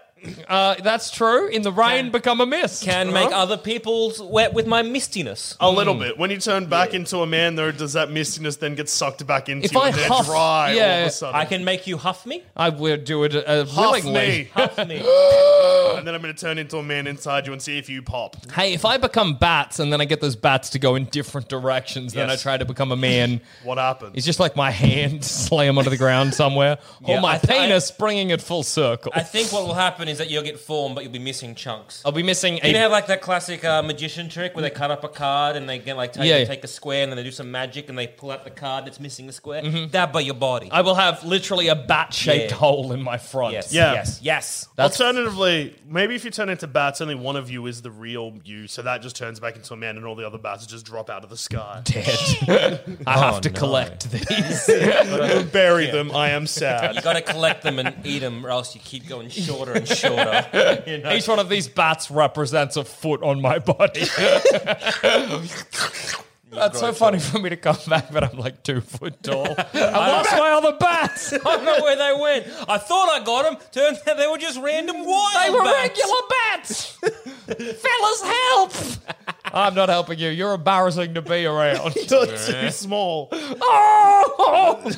Speaker 1: Uh, that's true. In the rain, become a mist.
Speaker 3: Can make other people wet with my mistiness.
Speaker 1: Mm.
Speaker 2: A little bit. When you turn back into a man, though, does that mistiness then get sucked back into
Speaker 1: If
Speaker 2: you
Speaker 1: I
Speaker 2: and they're
Speaker 1: huff-
Speaker 2: dry all
Speaker 1: yeah,
Speaker 2: of a sudden?
Speaker 3: I can make you huff me.
Speaker 1: I would do it uh,
Speaker 2: huff
Speaker 1: willingly.
Speaker 2: me,
Speaker 3: Huff me.
Speaker 2: and then I'm going to turn into a man inside you and see if you pop.
Speaker 1: Hey, if I become bats and then I get those bats to go in different directions, then I
Speaker 2: Yes.
Speaker 1: try to become a man.
Speaker 2: What happens?
Speaker 1: It's just like my hand slam onto the ground somewhere, or
Speaker 3: Yeah,
Speaker 1: my
Speaker 3: I th- I-
Speaker 1: penis bringing it full circle.
Speaker 3: I think what will happen is that you'll get formed, but you'll be missing chunks.
Speaker 1: I'll be missing a
Speaker 3: You know, how, like that classic uh, magician trick where they cut up a card and they get like take,
Speaker 1: Yeah, yeah.
Speaker 3: take a square and then they do some magic and they pull out the card that's missing the square. That by your body.
Speaker 1: I will have literally a bat shaped
Speaker 3: Yeah.
Speaker 1: hole in my front.
Speaker 3: yes,
Speaker 2: Yeah.
Speaker 3: yes, yes.
Speaker 1: That's-
Speaker 2: Alternatively, maybe if you turn into bats, only one of you is the real you, so that just turns back into a man, and all the other bats just drop out of the sky.
Speaker 1: Dead. I have to
Speaker 3: Oh, no.
Speaker 1: collect these.
Speaker 2: Bury them. I am sad.
Speaker 3: You got to collect them and eat them, or else you keep going shorter and shorter. you know?
Speaker 1: Each one of these bats represents a foot on my body. That's so funny for me to come back, but I'm like two foot tall. I lost my other bats.
Speaker 3: I don't know where they went. I thought I got them. Turns out they were just random wild.
Speaker 1: They were
Speaker 3: bats.
Speaker 1: regular bats. Fellas, help! I'm not helping you. You're embarrassing to be around.
Speaker 2: You're too small.
Speaker 1: oh!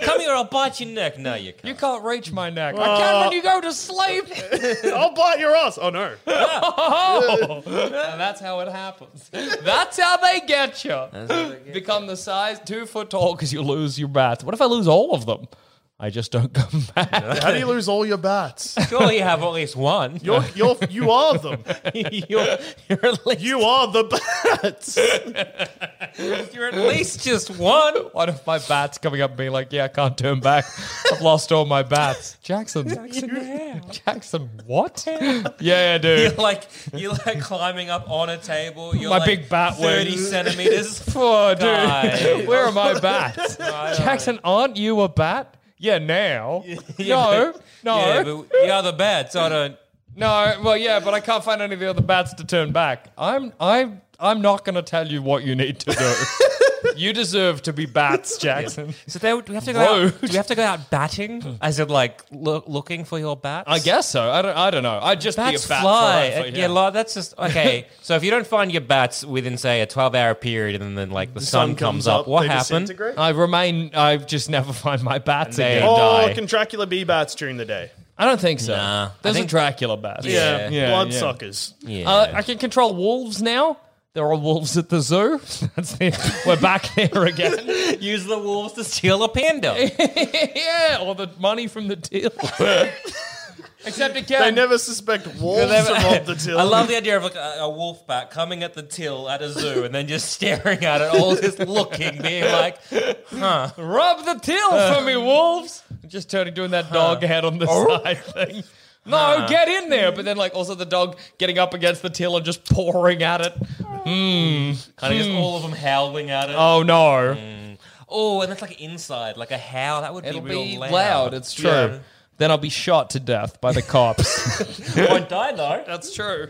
Speaker 3: Come here, I'll bite your neck. No, you can't.
Speaker 1: You can't reach my neck. Oh. I can when you go to sleep.
Speaker 2: I'll bite your ass. Oh no.
Speaker 1: And that's how it happens. Oh. That's how they get you. Become the size two foot tall because you lose your bats. What if I lose all of them? I just don't come back.
Speaker 2: How do you lose all your bats?
Speaker 3: Surely you have at least one. You're,
Speaker 2: You're, you're, you are them.
Speaker 3: you're, at least,
Speaker 2: You are the bats.
Speaker 3: you're at least just one.
Speaker 1: What if my bats coming up and being like, "Yeah, I can't turn back. I've lost all my bats." Jackson, Jackson, Jackson, what? Yeah,
Speaker 3: You're
Speaker 1: dude.
Speaker 3: like you're like climbing up on a table. You're
Speaker 1: My
Speaker 3: like
Speaker 1: big bat
Speaker 3: thirty
Speaker 1: wing.
Speaker 3: centimeters.
Speaker 1: Poor dude.
Speaker 3: Guys.
Speaker 1: Where are my bats? Jackson, aren't you a bat? Yeah, now. No, no.
Speaker 3: Yeah, but the other bats. I don't.
Speaker 1: No, well, yeah, but I can't find any of the other bats to turn back. I'm, I'm, I'm not going to tell you what you need to do. You deserve to be bats, Jackson.
Speaker 3: So there, do we have to go? Out,
Speaker 1: Road.
Speaker 3: do we have to go out batting, as in like loo- looking for your bats?
Speaker 1: I guess so. I don't. I don't know. I'd just
Speaker 3: Bats
Speaker 1: be a bat
Speaker 3: fly.
Speaker 1: thrower
Speaker 3: Uh,
Speaker 1: for-
Speaker 3: yeah, lo- that's just okay. so if you don't find your bats within, say, a twelve-hour period, and then like the, sun, comes up, what
Speaker 2: they
Speaker 3: happened?
Speaker 2: disintegrate.
Speaker 1: I remain. I just never find my bats
Speaker 3: They
Speaker 1: again.
Speaker 2: Or
Speaker 3: die.
Speaker 2: Oh, can Dracula be bats during the day?
Speaker 1: I don't think so.
Speaker 3: Nah.
Speaker 1: There's
Speaker 3: I think-
Speaker 1: a Dracula bat.
Speaker 3: Yeah.
Speaker 2: Bloodsuckers.
Speaker 3: Yeah.
Speaker 1: Uh, I can control wolves now. There are wolves at the zoo. That's it. We're back there again.
Speaker 3: Use the wolves to steal a panda.
Speaker 1: yeah, or the money from the deal. Except it
Speaker 2: They
Speaker 1: can.
Speaker 2: never suspect wolves robbed the till.
Speaker 3: I love the idea of like a, a wolf bat coming at the till at a zoo and then just staring at it, all just looking, being like,
Speaker 1: Rub the till for me, wolves. Uh. Oh. Just turning, doing that dog head on the side thing. No, get in there. But then, like, also the dog getting up against the till and just pouring at it.
Speaker 3: kind of just all of them howling at it.
Speaker 1: Hmm. Oh no,
Speaker 3: Oh, and that's like inside, like a howl. That would
Speaker 1: it'll
Speaker 3: be real
Speaker 1: be
Speaker 3: loud.
Speaker 1: loud. It's true. Then I'll be shot to death by the cops.
Speaker 3: Won't die though.
Speaker 1: That's true.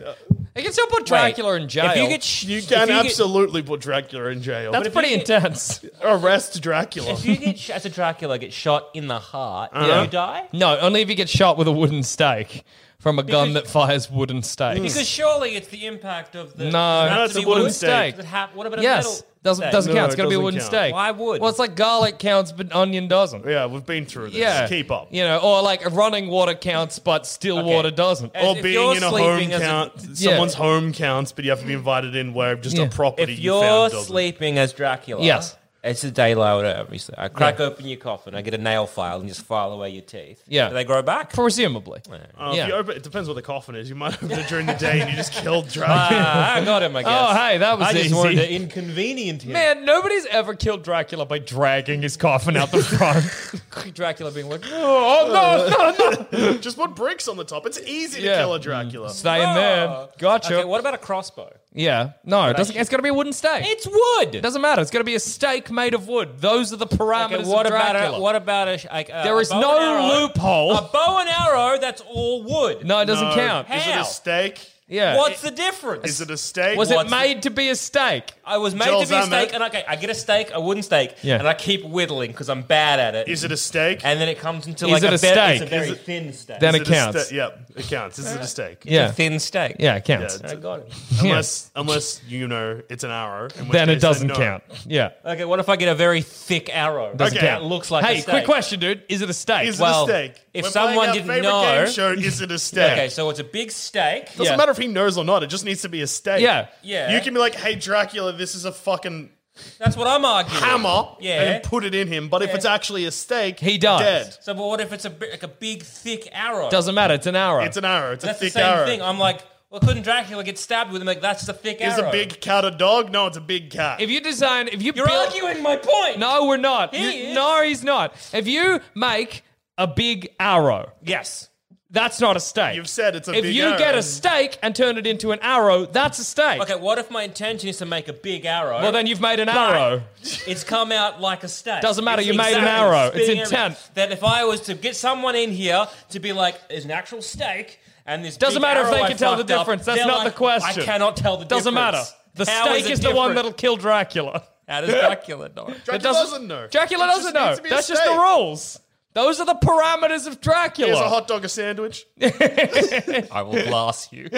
Speaker 1: I can still put Dracula
Speaker 3: Wait,
Speaker 1: in jail.
Speaker 3: If you get, sh-
Speaker 2: You
Speaker 3: if
Speaker 2: can
Speaker 3: get-
Speaker 2: absolutely put Dracula in jail.
Speaker 1: that's pretty intense.
Speaker 2: Arrest Dracula.
Speaker 3: if you get sh- as a Dracula get shot in the heart,
Speaker 2: Uh-huh.
Speaker 3: you die.
Speaker 1: No, only if you get shot with a wooden stake from a gun
Speaker 3: Because-
Speaker 1: that fires wooden stakes.
Speaker 3: Because surely it's the impact of the
Speaker 1: no,
Speaker 3: Does it have
Speaker 2: it's
Speaker 3: to
Speaker 2: a
Speaker 3: be
Speaker 2: wooden
Speaker 3: wood?
Speaker 2: stake.
Speaker 3: Does it have- what about a
Speaker 1: yes,
Speaker 3: metal
Speaker 1: doesn't
Speaker 3: stake?
Speaker 1: doesn't
Speaker 2: No,
Speaker 1: count. It's
Speaker 2: it
Speaker 1: got to be a
Speaker 2: doesn't
Speaker 1: wooden
Speaker 2: count.
Speaker 1: stake.
Speaker 3: Why would?
Speaker 1: Well, it's like garlic counts, but onion doesn't.
Speaker 2: yeah, we've been through this.
Speaker 1: Yeah,
Speaker 2: Keep up.
Speaker 1: You know, or like running water counts, but still water doesn't.
Speaker 3: And-
Speaker 2: Or
Speaker 3: If
Speaker 2: being
Speaker 3: you're
Speaker 2: in a home
Speaker 3: sleeping as a-
Speaker 2: count,
Speaker 1: Yeah.
Speaker 2: someone's home counts, but you have to be invited in where just
Speaker 1: Yeah.
Speaker 2: a property
Speaker 3: if
Speaker 2: you
Speaker 3: you're
Speaker 2: found doesn't.
Speaker 3: sleeping as Dracula,
Speaker 1: Yes.
Speaker 3: it's a daylight obviously. I crack open your coffin, I get a nail file, and just file away your teeth.
Speaker 1: Yeah.
Speaker 3: do they grow back.
Speaker 1: presumably.
Speaker 2: Uh, if
Speaker 1: yeah.
Speaker 2: you open, it depends what the coffin is. You might open it during the day and you just killed Dracula.
Speaker 3: Ah, I got him. I guess.
Speaker 1: Oh, hey, that was
Speaker 3: I just
Speaker 1: easy.
Speaker 3: wanted to inconvenient him.
Speaker 1: Man, nobody's ever killed Dracula by dragging his coffin out the front. Dracula being like, oh, no, no,
Speaker 2: just put bricks on the top. It's easy to
Speaker 1: Yeah. Mm.
Speaker 2: kill a Dracula.
Speaker 1: stay in there. Gotcha.
Speaker 3: Ah. Okay, what about a crossbow?
Speaker 1: Yeah. No, it doesn't. It's got to be a wooden stake.
Speaker 3: It's wood.
Speaker 1: Doesn't matter. It's going to be a stake made of wood. Those are the parameters
Speaker 3: Okay, what
Speaker 1: of Dracula.
Speaker 3: about a, what about a? sh- Like, uh,
Speaker 1: there
Speaker 3: a
Speaker 1: is
Speaker 3: bow
Speaker 1: no
Speaker 3: and arrow?
Speaker 1: loophole.
Speaker 3: A bow and arrow. That's all wood.
Speaker 1: no, it doesn't
Speaker 2: No.
Speaker 1: count.
Speaker 3: Hey.
Speaker 2: Is it
Speaker 3: How?
Speaker 2: a stake?
Speaker 1: Yeah.
Speaker 3: What's the difference?
Speaker 2: Is it a stake?
Speaker 1: was
Speaker 3: what's
Speaker 1: it
Speaker 3: the-
Speaker 1: made to be a stake?
Speaker 3: I was made
Speaker 2: Joel
Speaker 3: to be a
Speaker 2: Zammert?
Speaker 3: steak, and okay, I get a steak, a wooden steak,
Speaker 1: Yeah.
Speaker 3: and I keep whittling because I'm bad at it.
Speaker 2: Is it a stake?
Speaker 3: and then it comes into
Speaker 1: Is
Speaker 3: like
Speaker 1: it
Speaker 3: a,
Speaker 1: a
Speaker 3: very-
Speaker 1: steak?
Speaker 3: It's a very
Speaker 2: Is it-
Speaker 3: thin steak.
Speaker 1: Then
Speaker 2: Is
Speaker 1: it
Speaker 2: a
Speaker 1: counts.
Speaker 2: sta- yep, it counts. Is it a stake?
Speaker 1: Yeah.
Speaker 3: thin steak.
Speaker 1: Yeah, it
Speaker 2: Yeah,
Speaker 1: counts.
Speaker 2: it's-
Speaker 3: I got it.
Speaker 2: unless, unless you know it's an arrow. in which
Speaker 1: then
Speaker 2: case,
Speaker 1: it doesn't
Speaker 2: no.
Speaker 1: count. Yeah.
Speaker 3: Okay, what if I get a very thick arrow?
Speaker 1: Doesn't
Speaker 2: Okay.
Speaker 3: That
Speaker 1: count.
Speaker 3: looks like
Speaker 1: hey,
Speaker 3: a steak.
Speaker 1: quick question, dude. Is it a stake?
Speaker 2: Is
Speaker 3: Well,
Speaker 2: it a stake?
Speaker 3: if
Speaker 2: We're playing
Speaker 3: someone
Speaker 2: our
Speaker 3: didn't
Speaker 2: favorite
Speaker 3: know-
Speaker 2: game show, is it a stake?
Speaker 3: Okay, so it's a big steak.
Speaker 2: doesn't
Speaker 1: yeah.
Speaker 2: matter if he knows or not. It just needs to be a stake.
Speaker 1: Yeah.
Speaker 3: Yeah.
Speaker 2: You can be like, "Hey, Dracula, this is a fucking
Speaker 3: That's what I'm arguing.
Speaker 2: hammer,"
Speaker 3: Yeah.
Speaker 2: and put it in him. But if it's actually a stake,
Speaker 1: He dies.
Speaker 2: Dead.
Speaker 3: So, but what if it's a bi- like a big thick arrow?
Speaker 1: Doesn't matter. It's an arrow.
Speaker 2: It's an arrow. It's
Speaker 3: that's
Speaker 2: a thick
Speaker 3: the same
Speaker 2: arrow.
Speaker 3: thing. I'm like, well, couldn't Dracula get stabbed with him? Like, that's just a thick
Speaker 2: is
Speaker 3: arrow.
Speaker 2: a big cat a dog? No, it's a big cat.
Speaker 1: if you design, if you
Speaker 3: You're
Speaker 1: build-
Speaker 3: arguing my point.
Speaker 1: No, we're not.
Speaker 3: He
Speaker 1: You-
Speaker 3: is.
Speaker 1: No, he's not. If you make a big arrow,
Speaker 3: Yes.
Speaker 1: that's not a stake.
Speaker 2: You've said it's a
Speaker 1: if
Speaker 2: big
Speaker 1: you
Speaker 2: arrow.
Speaker 1: get a stake and turn it into an arrow, that's a stake.
Speaker 3: Okay, what if my intention is to make a big arrow?
Speaker 1: Well, then you've made an arrow.
Speaker 3: It's come out like a steak.
Speaker 1: Doesn't matter,
Speaker 3: It's
Speaker 1: you made an arrow. It's
Speaker 3: spitting
Speaker 1: intent.
Speaker 3: arrow. That if I was to get someone in here to be like, there's an actual steak, and this
Speaker 1: Doesn't
Speaker 3: big
Speaker 1: matter if
Speaker 3: arrow
Speaker 1: they
Speaker 3: I
Speaker 1: can tell the
Speaker 3: fucked up,
Speaker 1: difference. That's
Speaker 3: they're
Speaker 1: not
Speaker 3: like,
Speaker 1: the question.
Speaker 3: I cannot tell the
Speaker 1: Doesn't matter.
Speaker 3: difference.
Speaker 1: The
Speaker 3: How
Speaker 1: stake
Speaker 3: it
Speaker 1: is, the one
Speaker 3: different?
Speaker 1: that'll kill Dracula.
Speaker 3: How does Dracula know?
Speaker 2: Dracula
Speaker 1: It doesn't-
Speaker 2: doesn't know.
Speaker 1: Dracula
Speaker 2: It just
Speaker 1: doesn't
Speaker 2: needs
Speaker 1: know.
Speaker 2: to be a
Speaker 1: That's just the
Speaker 2: steak.
Speaker 1: rules. Those are the parameters of Dracula.
Speaker 2: Here's a hot dog, a sandwich.
Speaker 3: I will glass you.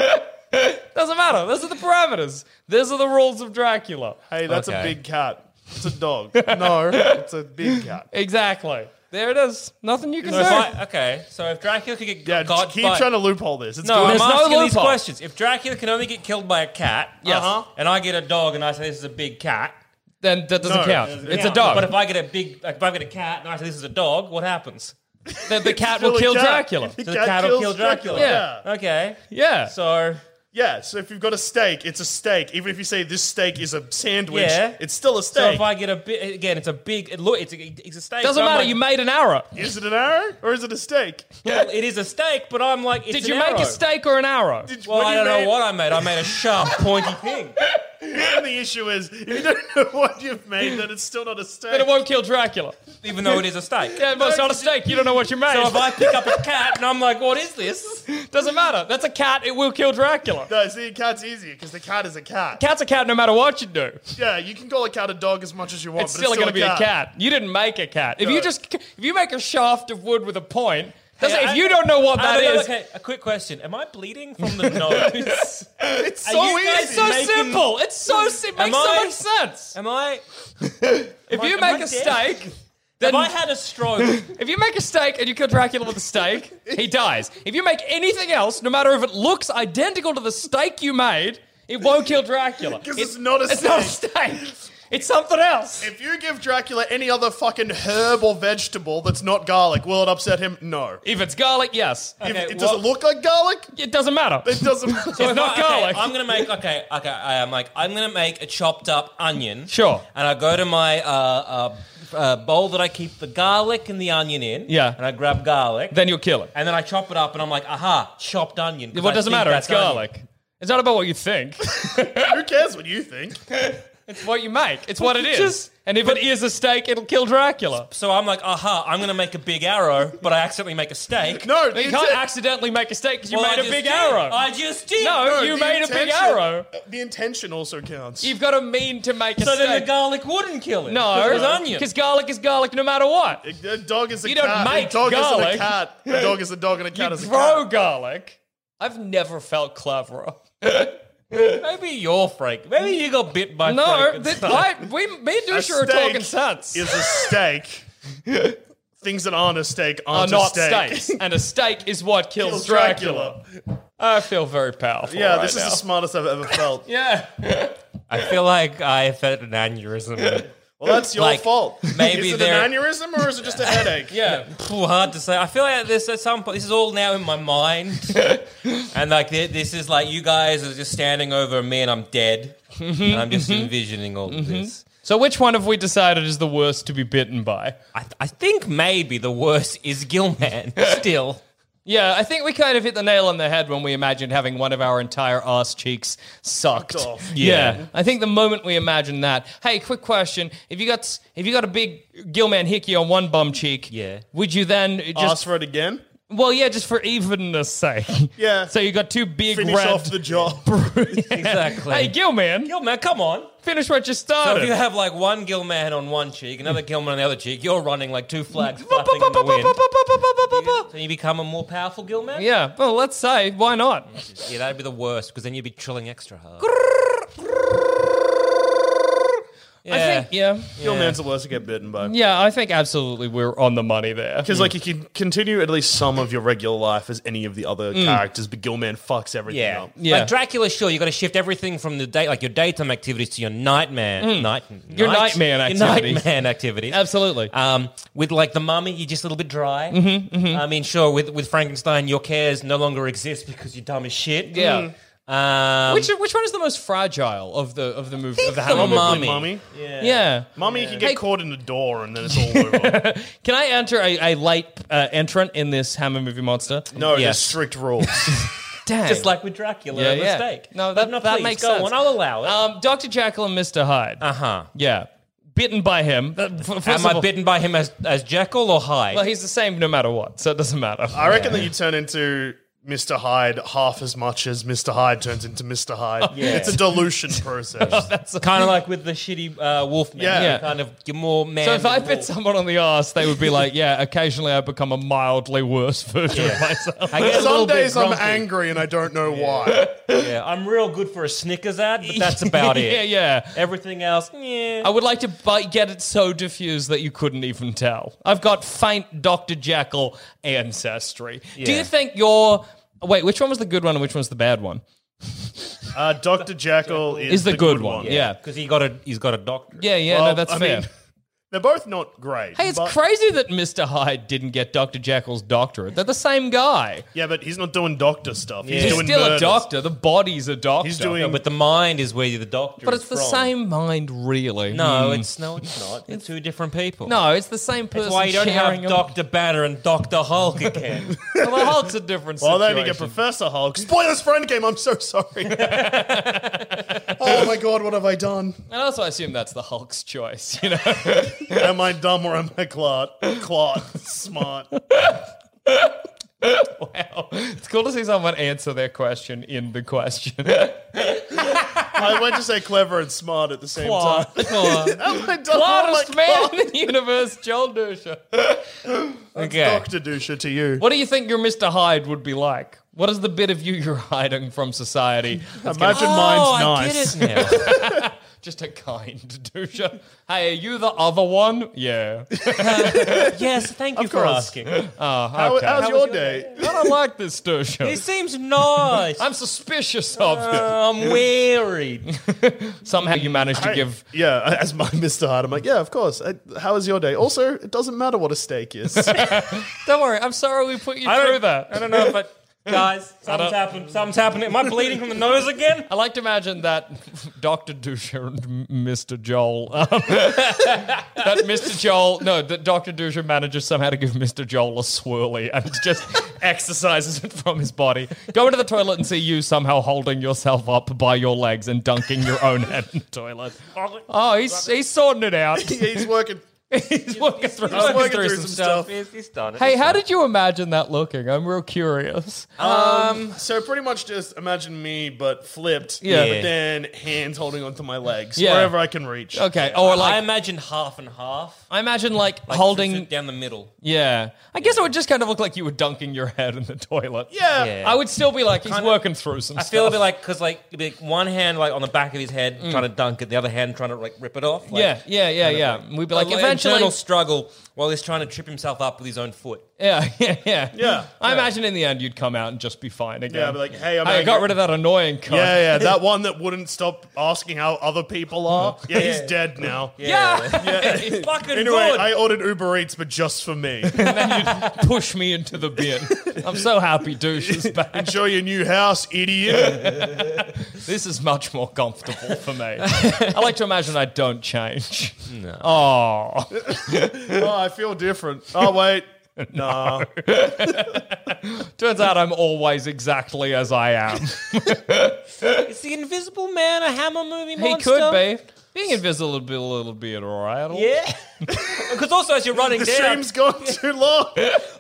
Speaker 1: Doesn't matter. Those are the parameters. Those are the rules of Dracula.
Speaker 2: Hey, that's a
Speaker 3: Okay.
Speaker 2: big cat. It's a dog. No, it's a big cat.
Speaker 1: Exactly. There it is. Nothing you can
Speaker 3: So if
Speaker 1: do.
Speaker 3: I- okay, so if Dracula could get
Speaker 2: Yeah,
Speaker 3: got
Speaker 2: keep
Speaker 3: by,
Speaker 2: trying to loophole this. It's
Speaker 3: No,
Speaker 2: good.
Speaker 3: I'm
Speaker 1: There's no
Speaker 3: asking these
Speaker 1: loophole.
Speaker 3: questions. If Dracula can only get killed by a cat,
Speaker 1: Yes.
Speaker 3: uh-huh, and I get a dog and I say this is a big cat,
Speaker 1: Then that doesn't
Speaker 2: No,
Speaker 1: count.
Speaker 2: it doesn't
Speaker 1: It's
Speaker 3: Yeah,
Speaker 1: a dog.
Speaker 3: But if I get a big, like, if I get a cat and I say this is a dog, what happens?
Speaker 1: then the cat
Speaker 2: Still
Speaker 1: will
Speaker 2: a
Speaker 1: kill
Speaker 2: cat.
Speaker 1: Dracula.
Speaker 2: The
Speaker 3: So the
Speaker 2: cat
Speaker 3: cat will
Speaker 2: kills
Speaker 3: kill Dracula.
Speaker 2: Dracula.
Speaker 3: Yeah. Okay.
Speaker 1: Yeah.
Speaker 3: So
Speaker 2: Yeah, so if you've got a steak, it's a steak. Even if you say this steak is a sandwich,
Speaker 3: Yeah.
Speaker 2: it's still a
Speaker 3: so
Speaker 2: steak.
Speaker 3: if I get a bit again, it's a big. It, look, it's a, it's a steak.
Speaker 1: Doesn't
Speaker 3: but I'm
Speaker 1: matter.
Speaker 3: like,
Speaker 1: You made an arrow.
Speaker 2: Is it an arrow or is it a steak?
Speaker 3: well, It is a steak, but I'm like. It's
Speaker 1: Did
Speaker 3: an
Speaker 1: you make
Speaker 3: arrow.
Speaker 1: a steak or an arrow?
Speaker 2: Did-
Speaker 3: Well,
Speaker 2: what do
Speaker 3: I
Speaker 2: you
Speaker 3: don't know
Speaker 2: mean?
Speaker 3: what I made. I made a sharp, pointy thing.
Speaker 2: and the issue is, if you don't know what you've made, then it's still not a
Speaker 1: But it
Speaker 2: steak.
Speaker 1: won't kill Dracula.
Speaker 3: even though it is a steak.
Speaker 1: Yeah, but it's not a steak. You don't know what you made.
Speaker 3: So if I pick up a cat and I'm like, what is this?
Speaker 1: Doesn't matter. That's a cat. It will kill Dracula.
Speaker 2: No, see, cat's easier because the cat is a cat.
Speaker 1: Cat's a cat no matter what you
Speaker 3: Oh,
Speaker 1: do.
Speaker 2: Yeah, you can call a cat a dog as much as you want,
Speaker 1: it's
Speaker 2: but
Speaker 1: still,
Speaker 2: it's still
Speaker 1: going to be a cat. You didn't make a cat. If
Speaker 2: No.
Speaker 1: you just if you make a shaft of wood with a point, doesn't,
Speaker 3: Hey,
Speaker 1: if
Speaker 3: I-
Speaker 1: you don't know what that
Speaker 3: I don't know,
Speaker 1: is,
Speaker 3: okay, a quick question. Am I bleeding from the nose?
Speaker 2: It's so
Speaker 3: you
Speaker 2: easy.
Speaker 1: Oh,
Speaker 3: guys
Speaker 1: it's so
Speaker 3: making-
Speaker 1: simple. It's so si- it
Speaker 3: Am
Speaker 1: makes so
Speaker 3: I-
Speaker 1: much sense.
Speaker 3: Am I?
Speaker 1: If you
Speaker 3: am I
Speaker 1: make a
Speaker 3: dead?
Speaker 1: steak,
Speaker 3: Have
Speaker 1: then
Speaker 3: I had a stroke?
Speaker 1: if you make a steak and you kill Dracula with a steak, he dies. If you make anything else, no matter if it looks identical to the steak you made, it won't kill Dracula.
Speaker 2: 'Cause it's not a
Speaker 1: It's not a steak. It's something else.
Speaker 2: If you give Dracula any other fucking herb or vegetable that's not garlic, will it upset him? No.
Speaker 1: If it's garlic, yes.
Speaker 2: If
Speaker 3: Okay,
Speaker 2: it doesn't
Speaker 3: what-
Speaker 2: look like garlic,
Speaker 1: It doesn't matter.
Speaker 2: it doesn't matter.
Speaker 1: It's not
Speaker 3: Okay,
Speaker 1: garlic.
Speaker 3: I'm gonna make okay, okay. I am like I'm gonna make a chopped up onion.
Speaker 1: Sure.
Speaker 3: And I go to my uh, uh, uh, bowl that I keep the garlic and the onion in.
Speaker 1: Yeah.
Speaker 3: And I grab garlic.
Speaker 1: then you'll kill it.
Speaker 3: and then I chop it up, and I'm like, aha, chopped onion. 'cause
Speaker 1: Well,
Speaker 3: I
Speaker 1: it doesn't
Speaker 3: think
Speaker 1: matter.
Speaker 3: that's
Speaker 1: It's garlic.
Speaker 3: onion.
Speaker 1: It's not about what you think.
Speaker 2: Who cares what you think?
Speaker 1: it's what you make. It's what it is.
Speaker 3: Just-
Speaker 1: and if it is a steak, it'll kill Dracula.
Speaker 3: So I'm like, aha, I'm gonna make a big arrow, but I accidentally make a steak.
Speaker 2: No,
Speaker 1: But
Speaker 2: the
Speaker 1: you can't
Speaker 2: inten-
Speaker 1: accidentally make a steak because you
Speaker 3: Well, I
Speaker 1: made a
Speaker 3: just
Speaker 1: big
Speaker 3: did.
Speaker 1: arrow.
Speaker 3: I just did.
Speaker 1: no,
Speaker 2: no,
Speaker 1: you
Speaker 2: the
Speaker 1: made a big
Speaker 2: intention-
Speaker 1: arrow.
Speaker 2: The intention also counts.
Speaker 1: You've got to mean to make a
Speaker 3: So
Speaker 1: steak.
Speaker 3: then the garlic wouldn't kill it.
Speaker 1: no,
Speaker 3: Because it was onion.
Speaker 1: Because garlic is garlic no matter what.
Speaker 2: A- a dog is a
Speaker 1: You don't
Speaker 2: cat.
Speaker 1: make
Speaker 2: a dog isn't
Speaker 1: garlic.
Speaker 2: a cat. A dog is a dog and a cat
Speaker 1: you
Speaker 2: is a
Speaker 1: throw
Speaker 2: cat.
Speaker 1: garlic. I've never felt cleverer.
Speaker 3: Maybe you're Frank. Maybe you got bit by
Speaker 1: No,
Speaker 3: Frankenstein.
Speaker 1: that, I, we, me and
Speaker 2: A
Speaker 1: Dusha are
Speaker 2: steak
Speaker 1: talking sense.
Speaker 2: Is a steak. Things that aren't a steak
Speaker 1: are
Speaker 2: aren't
Speaker 1: not
Speaker 2: a steak.
Speaker 1: steaks, and a steak is what kills,
Speaker 2: Kills
Speaker 1: Dracula.
Speaker 2: Dracula.
Speaker 1: I feel very powerful.
Speaker 2: Yeah,
Speaker 1: right
Speaker 2: this is
Speaker 1: now.
Speaker 2: the smartest I've ever felt.
Speaker 1: yeah.
Speaker 3: I feel like I fed an aneurysm.
Speaker 2: Well, that's your
Speaker 3: Like,
Speaker 2: fault.
Speaker 3: maybe
Speaker 2: is it
Speaker 3: they're-
Speaker 2: an aneurysm or is it just a headache?
Speaker 3: Yeah, phew, hard to say. I feel like this at some point. This is all now in my mind, and like thi- this is like you guys are just standing over me, and I'm dead, and I'm just envisioning all of this.
Speaker 1: So which one have we decided is the worst to be bitten by?
Speaker 3: I, th- I think maybe the worst is Gilman. Still,
Speaker 1: Yeah, I think we kind of hit the nail on the head when we imagined having one of our entire ass cheeks sucked.
Speaker 2: Off.
Speaker 1: Yeah. I think the moment we imagined that. Hey, quick question: If you got if you got a big Gilman hickey on one bum cheek,
Speaker 3: Yeah.
Speaker 1: would you then
Speaker 2: Ask
Speaker 1: just
Speaker 2: for it again.
Speaker 1: well, yeah, just for evenness' sake?
Speaker 2: Yeah.
Speaker 1: So you got two big
Speaker 2: Finish
Speaker 1: red.
Speaker 2: off the job.
Speaker 3: exactly.
Speaker 1: hey, Gilman,
Speaker 3: Gilman, come on.
Speaker 1: finish what you
Speaker 3: So if
Speaker 1: started.
Speaker 3: you have like one Gilman on one cheek, another
Speaker 1: Hmm.
Speaker 3: Gilman on the other cheek, you're running like two flags flapping in the wind. So you become a more powerful Gilman.
Speaker 1: Yeah, well, let's say why not?
Speaker 3: yeah, that'd be the worst because then you'd be trilling extra hard.
Speaker 1: I think yeah,
Speaker 2: Your man's the worst to get bitten by.
Speaker 1: yeah, I think absolutely we're on the money there.
Speaker 2: Because like you can continue at least some of your regular life as any of the other characters, but Gilman fucks everything
Speaker 3: Yeah.
Speaker 2: up.
Speaker 1: Mm. Yeah.
Speaker 3: Like Dracula, sure, you got to shift everything from the day, like your daytime activities to your nightmare, night,
Speaker 1: Hmm. Your
Speaker 3: night-
Speaker 1: nightman
Speaker 3: your
Speaker 1: activities.
Speaker 3: nightman activities.
Speaker 1: Mm. Absolutely.
Speaker 3: Um, with like the mummy, you're just a little bit dry.
Speaker 1: Mm-hmm,
Speaker 3: I mean, sure, with with Frankenstein, your cares no longer exist because you're dumb as shit.
Speaker 1: Yeah.
Speaker 3: Um,
Speaker 1: which which one is the most fragile of the of the movie of the
Speaker 3: the
Speaker 1: Hammer?
Speaker 3: mummy.
Speaker 1: movies?
Speaker 2: Mummy. Mummy,
Speaker 1: Yeah.
Speaker 2: Mummy you can get caught in the door and then it's all over.
Speaker 1: Can I enter a, a late uh, entrant in this Hammer movie monster?
Speaker 2: No,
Speaker 3: Yes.
Speaker 2: there's strict rules.
Speaker 1: Damn.
Speaker 3: just like with Dracula,
Speaker 1: Yeah,
Speaker 3: a
Speaker 1: yeah.
Speaker 3: mistake.
Speaker 1: No,
Speaker 3: But
Speaker 1: that- that
Speaker 3: please,
Speaker 1: makes
Speaker 3: go
Speaker 1: sense.
Speaker 3: on, I'll allow it.
Speaker 1: um, Dr. Jekyll and Mr. Hyde.
Speaker 3: Uh huh.
Speaker 1: yeah. Bitten by him. That- f- first
Speaker 3: Uh, Am
Speaker 1: of all-
Speaker 3: I bitten by him as as Jekyll or Hyde?
Speaker 1: Well, he's the same no matter what, so it doesn't matter.
Speaker 2: I reckon that you turn into Mr. Hyde half as much as Mr. Hyde turns into Mr. Hyde. It's a dilution process.
Speaker 3: kind of like with the shitty uh, wolf man.
Speaker 2: Yeah.
Speaker 1: Yeah.
Speaker 3: Kind of you're more man.
Speaker 1: So if I
Speaker 3: than
Speaker 1: bit
Speaker 3: wolf.
Speaker 1: someone on the ass, they would be like, "Yeah, occasionally I become a mildly worse version of myself."
Speaker 3: I get a little
Speaker 2: Some
Speaker 3: bit
Speaker 2: days I'm
Speaker 3: grumpy.
Speaker 2: angry and I don't know why.
Speaker 3: Yeah, I'm real good for a Snickers ad, but that's about it.
Speaker 1: yeah, Oh, yeah.
Speaker 3: Everything else, yeah.
Speaker 1: I would like to bu- get it so diffused that you couldn't even tell. I've got faint Dr. Jekyll ancestry. Do
Speaker 3: Yeah.
Speaker 1: you think your wait, which one was the good one and which one's the bad one?
Speaker 2: Uh, Dr. Jekyll is,
Speaker 1: Is the, good, one. Yeah.
Speaker 3: because he got a he's got a doctor.
Speaker 1: Yeah, yeah, no,
Speaker 2: Well,
Speaker 1: that's
Speaker 2: I
Speaker 1: fair.
Speaker 2: mean, they're both not great.
Speaker 1: hey, it's
Speaker 2: but-
Speaker 1: crazy that Mr. Hyde didn't get Dr. Jekyll's doctorate. They're the same guy.
Speaker 2: Yeah, but he's not doing doctor stuff. He's,
Speaker 1: He's
Speaker 2: doing
Speaker 1: still
Speaker 2: murders.
Speaker 1: a doctor. The body's a doctor.
Speaker 2: He's doing.
Speaker 3: but the mind is where the doctor.
Speaker 1: But
Speaker 3: is
Speaker 1: it's the
Speaker 3: from.
Speaker 1: same mind, really.
Speaker 3: No,
Speaker 1: Hmm.
Speaker 3: it's no, it's not. They're two different people.
Speaker 1: no, it's the same person.
Speaker 3: that's why you don't have
Speaker 1: sharing a-
Speaker 3: Doctor Banner and Doctor Hulk again.
Speaker 1: Well, the Hulk's a different
Speaker 2: well,
Speaker 1: situation.
Speaker 2: then you get Professor Hulk. Spoilers for Endgame. I'm so sorry. Oh my god, what have I done?
Speaker 1: And also, I assume that's the Hulk's choice, you know?
Speaker 2: Am I dumb or am I clot? Clot, smart.
Speaker 1: wow. It's cool to see someone answer their question in the question.
Speaker 2: I went to say clever and smart at the same
Speaker 1: Plot.
Speaker 2: time. Am I dumb
Speaker 1: Oh
Speaker 2: or am I
Speaker 1: Smartest man
Speaker 2: clot?
Speaker 1: in the universe, Joel Dusha. okay.
Speaker 2: Doctor Dusha to you.
Speaker 1: What do you think your Mr. Hyde would be like? What is the bit of you you're hiding from society? that's gonna-
Speaker 2: Imagine mine's nice.
Speaker 3: get it now.
Speaker 1: Just a kind douche. Hey, are you the other one? Yeah.
Speaker 3: yes, thank you for
Speaker 2: course.
Speaker 3: asking.
Speaker 2: How,
Speaker 1: Okay.
Speaker 2: How's
Speaker 1: How
Speaker 2: your,
Speaker 3: was your
Speaker 2: day?
Speaker 1: I don't like this douche.
Speaker 3: He seems nice.
Speaker 1: I'm suspicious of you.
Speaker 3: I'm weary.
Speaker 1: Somehow you managed to give
Speaker 2: Yeah, as my Mr. Hart, I'm like, yeah, of course. I, how was your day? Also, it doesn't matter what a steak is.
Speaker 1: Don't worry, I'm sorry we put you
Speaker 3: I
Speaker 1: through
Speaker 3: don't,
Speaker 1: that.
Speaker 3: I don't know, but guys, something's happened. Something's happened. Am I bleeding from the nose again?
Speaker 1: I like to imagine that Dr. Dusha and M- Mr. Joel. um, that Mr. Joel, no, that Dr. Dusha manages somehow to give Mr. Joel a swirly and just exercises it from his body. Go into the toilet and see you somehow holding yourself up by your legs and dunking your own head in the toilet. Oh, he's, he's sorting it out.
Speaker 2: He's working.
Speaker 1: He's working through,
Speaker 3: He's
Speaker 1: working through some stuff.
Speaker 3: He's, he's done it.
Speaker 1: Hey, how did you imagine that looking? I'm real curious.
Speaker 2: So pretty much just imagine me, but flipped.
Speaker 1: Yeah.
Speaker 2: But then hands holding onto my legs
Speaker 1: Yeah.
Speaker 2: wherever I can reach.
Speaker 1: Okay, or
Speaker 3: I
Speaker 1: like
Speaker 3: imagine half and half.
Speaker 1: I imagine like,
Speaker 3: Like,
Speaker 1: holding
Speaker 3: down the middle.
Speaker 1: Yeah. I guess it would just kind of look like you were dunking your head in the toilet.
Speaker 2: Yeah.
Speaker 3: Yeah.
Speaker 1: I would still be like, he's
Speaker 3: Kinda-
Speaker 1: working through some
Speaker 3: I
Speaker 1: stuff.
Speaker 3: feel a bit like because like, it'd be like one hand like on the back of his head trying to dunk it, the other hand trying to like rip it off. Like,
Speaker 1: yeah, yeah, yeah, yeah. We'd be like, eventually.
Speaker 3: internal struggle while he's trying to trip himself up with his own foot.
Speaker 1: Yeah, yeah, yeah.
Speaker 2: Yeah,
Speaker 1: I imagine in the end you'd come out and just be fine again.
Speaker 2: Yeah, I'd be like, hey, I'm
Speaker 1: I
Speaker 2: angry.
Speaker 1: got rid of that annoying cunt.
Speaker 2: Yeah, yeah, that one that wouldn't stop asking how other people are. Yeah, he's
Speaker 3: Yeah.
Speaker 2: dead now.
Speaker 1: Uh-huh. Yeah.
Speaker 3: It's fucking
Speaker 2: Anyway,
Speaker 3: good.
Speaker 2: I ordered Uber Eats, but just for me.
Speaker 1: Push me into the bin. I'm so happy douche is back.
Speaker 2: Enjoy your new house, idiot.
Speaker 1: This is much more comfortable for me. I like to imagine I don't change. Oh.
Speaker 2: oh, I feel different. Oh, wait. Nah.
Speaker 1: Turns out I'm always exactly as I am.
Speaker 3: Is the Invisible Man a Hammer movie
Speaker 1: He
Speaker 3: monster?
Speaker 1: could be. Being invisible would be a little bit alright.
Speaker 3: Yeah. Because also as you're running
Speaker 2: The
Speaker 3: down,
Speaker 2: stream's gone too long.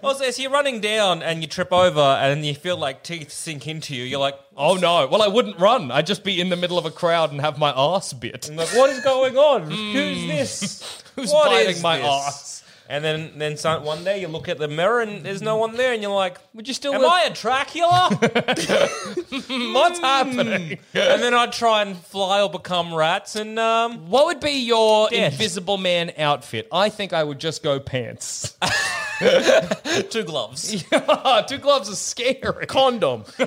Speaker 3: also as you're running down and you trip over and you feel like teeth sink into you, you're like,
Speaker 1: Oh no. Well, I wouldn't run. I'd just be in the middle of a crowd and have my ass bit.
Speaker 3: I'm like what is going on? Who's this?
Speaker 1: Mm. Who's
Speaker 3: What
Speaker 1: biting
Speaker 3: is
Speaker 1: my
Speaker 3: this?
Speaker 1: ass?
Speaker 3: And then then some, one day you look at the mirror and there's no one there and you're like,
Speaker 1: Would you still
Speaker 3: am
Speaker 1: wear-
Speaker 3: I a Dracula?
Speaker 1: What's happening?
Speaker 3: and then I try and fly or become rats and um
Speaker 1: What would be your
Speaker 3: Death.
Speaker 1: invisible man outfit? I think I would just go pants.
Speaker 3: two gloves.
Speaker 1: Two gloves are scary. Condom.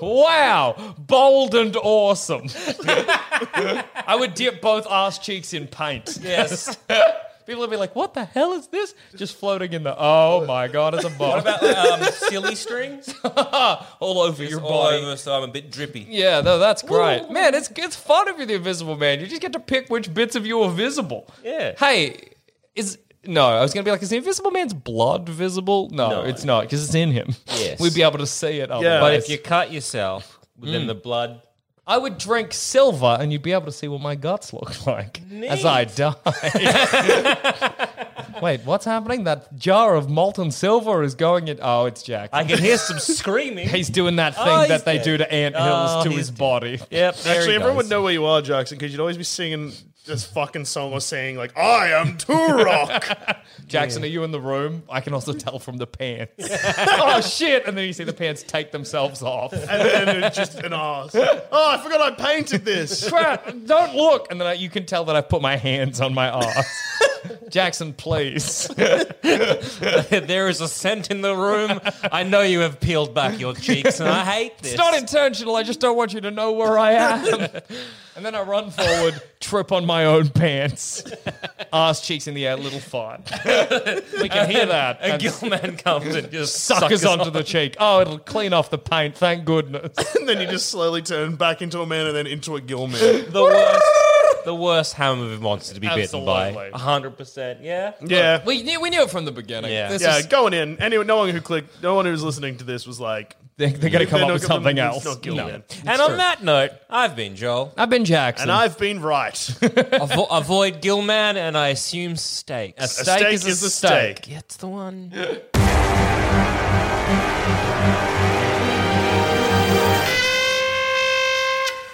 Speaker 1: wow. Bold and awesome. I would dip both ass cheeks in paint.
Speaker 3: Yes.
Speaker 1: People would be like, what the hell is this? Just floating in the, oh my God, it's a bomb.
Speaker 3: About um, silly strings
Speaker 1: all over your
Speaker 3: all
Speaker 1: body.
Speaker 3: over, so I'm a bit drippy.
Speaker 1: Yeah, no, that's great. Man, it's it's fun if you're the invisible man. You just get to pick which bits of you are visible.
Speaker 3: Yeah.
Speaker 1: Hey, is no, I was gonna be like, is the invisible man's blood visible? No,
Speaker 3: No.
Speaker 1: it's not, because it's in him.
Speaker 3: Yes.
Speaker 1: We'd be able to see it otherwise.
Speaker 3: But if you cut yourself, then
Speaker 1: Hmm.
Speaker 3: the blood.
Speaker 1: I would drink silver and you'd be able to see what my guts look like as I die. Wait, what's happening? That jar of molten silver is going in Oh, it's Jack.
Speaker 3: I can hear some screaming.
Speaker 1: He's doing that thing
Speaker 3: Oh, he's
Speaker 1: that they
Speaker 3: dead.
Speaker 1: do to ant hills
Speaker 3: Oh,
Speaker 1: to
Speaker 3: he's
Speaker 1: his
Speaker 3: dead.
Speaker 1: body.
Speaker 3: Yep. there
Speaker 2: Actually,
Speaker 3: he
Speaker 2: everyone would
Speaker 3: goes.
Speaker 2: know where you are, Jackson, because you'd always be singing this fucking song or saying, like, I am Turok.
Speaker 1: Jackson, are you in the room? I can also tell from the pants. oh shit! And then you see the pants take themselves off.
Speaker 2: and then it's just an ass. Oh, I forgot I painted this.
Speaker 1: Crap! Don't look. And then I, you can tell that I put my hands on my ass. Jackson, please.
Speaker 3: there is a scent in the room. I know you have peeled back your cheeks, and I hate this.
Speaker 1: It's not intentional. I just don't want you to know where I am. and then I run forward, trip on my own pants, ass cheeks in the air, little fart. we can hear that.
Speaker 3: A
Speaker 1: And
Speaker 3: Gilman comes and just
Speaker 1: suckers
Speaker 3: suckers
Speaker 1: onto
Speaker 3: on.
Speaker 1: the cheek. Oh, it'll clean off the paint. Thank goodness.
Speaker 2: and then you just slowly turn back into a man and then into a gill man.
Speaker 3: the worst. The worst hammer of a monster to be bitten
Speaker 1: Absolutely.
Speaker 3: by. hundred percent. Yeah.
Speaker 2: Yeah.
Speaker 1: We knew, we knew it from the beginning.
Speaker 3: Yeah.
Speaker 1: This
Speaker 2: Yeah,
Speaker 1: is-
Speaker 2: going in. Anyone, no one who clicked, no one who's listening to this was like,
Speaker 1: They're, they're going to come
Speaker 2: They're
Speaker 1: up
Speaker 2: not
Speaker 1: with
Speaker 2: gonna-
Speaker 1: something else.
Speaker 2: it's not Gillian.
Speaker 3: and on that note, I've been Joel.
Speaker 1: I've been Jackson.
Speaker 2: And I've been right.
Speaker 3: Avo- avoid Gilman and I assume steaks.
Speaker 1: a steak,
Speaker 2: steak
Speaker 1: is,
Speaker 2: is
Speaker 1: a
Speaker 2: a
Speaker 1: steak.
Speaker 2: steak.
Speaker 3: It's the one.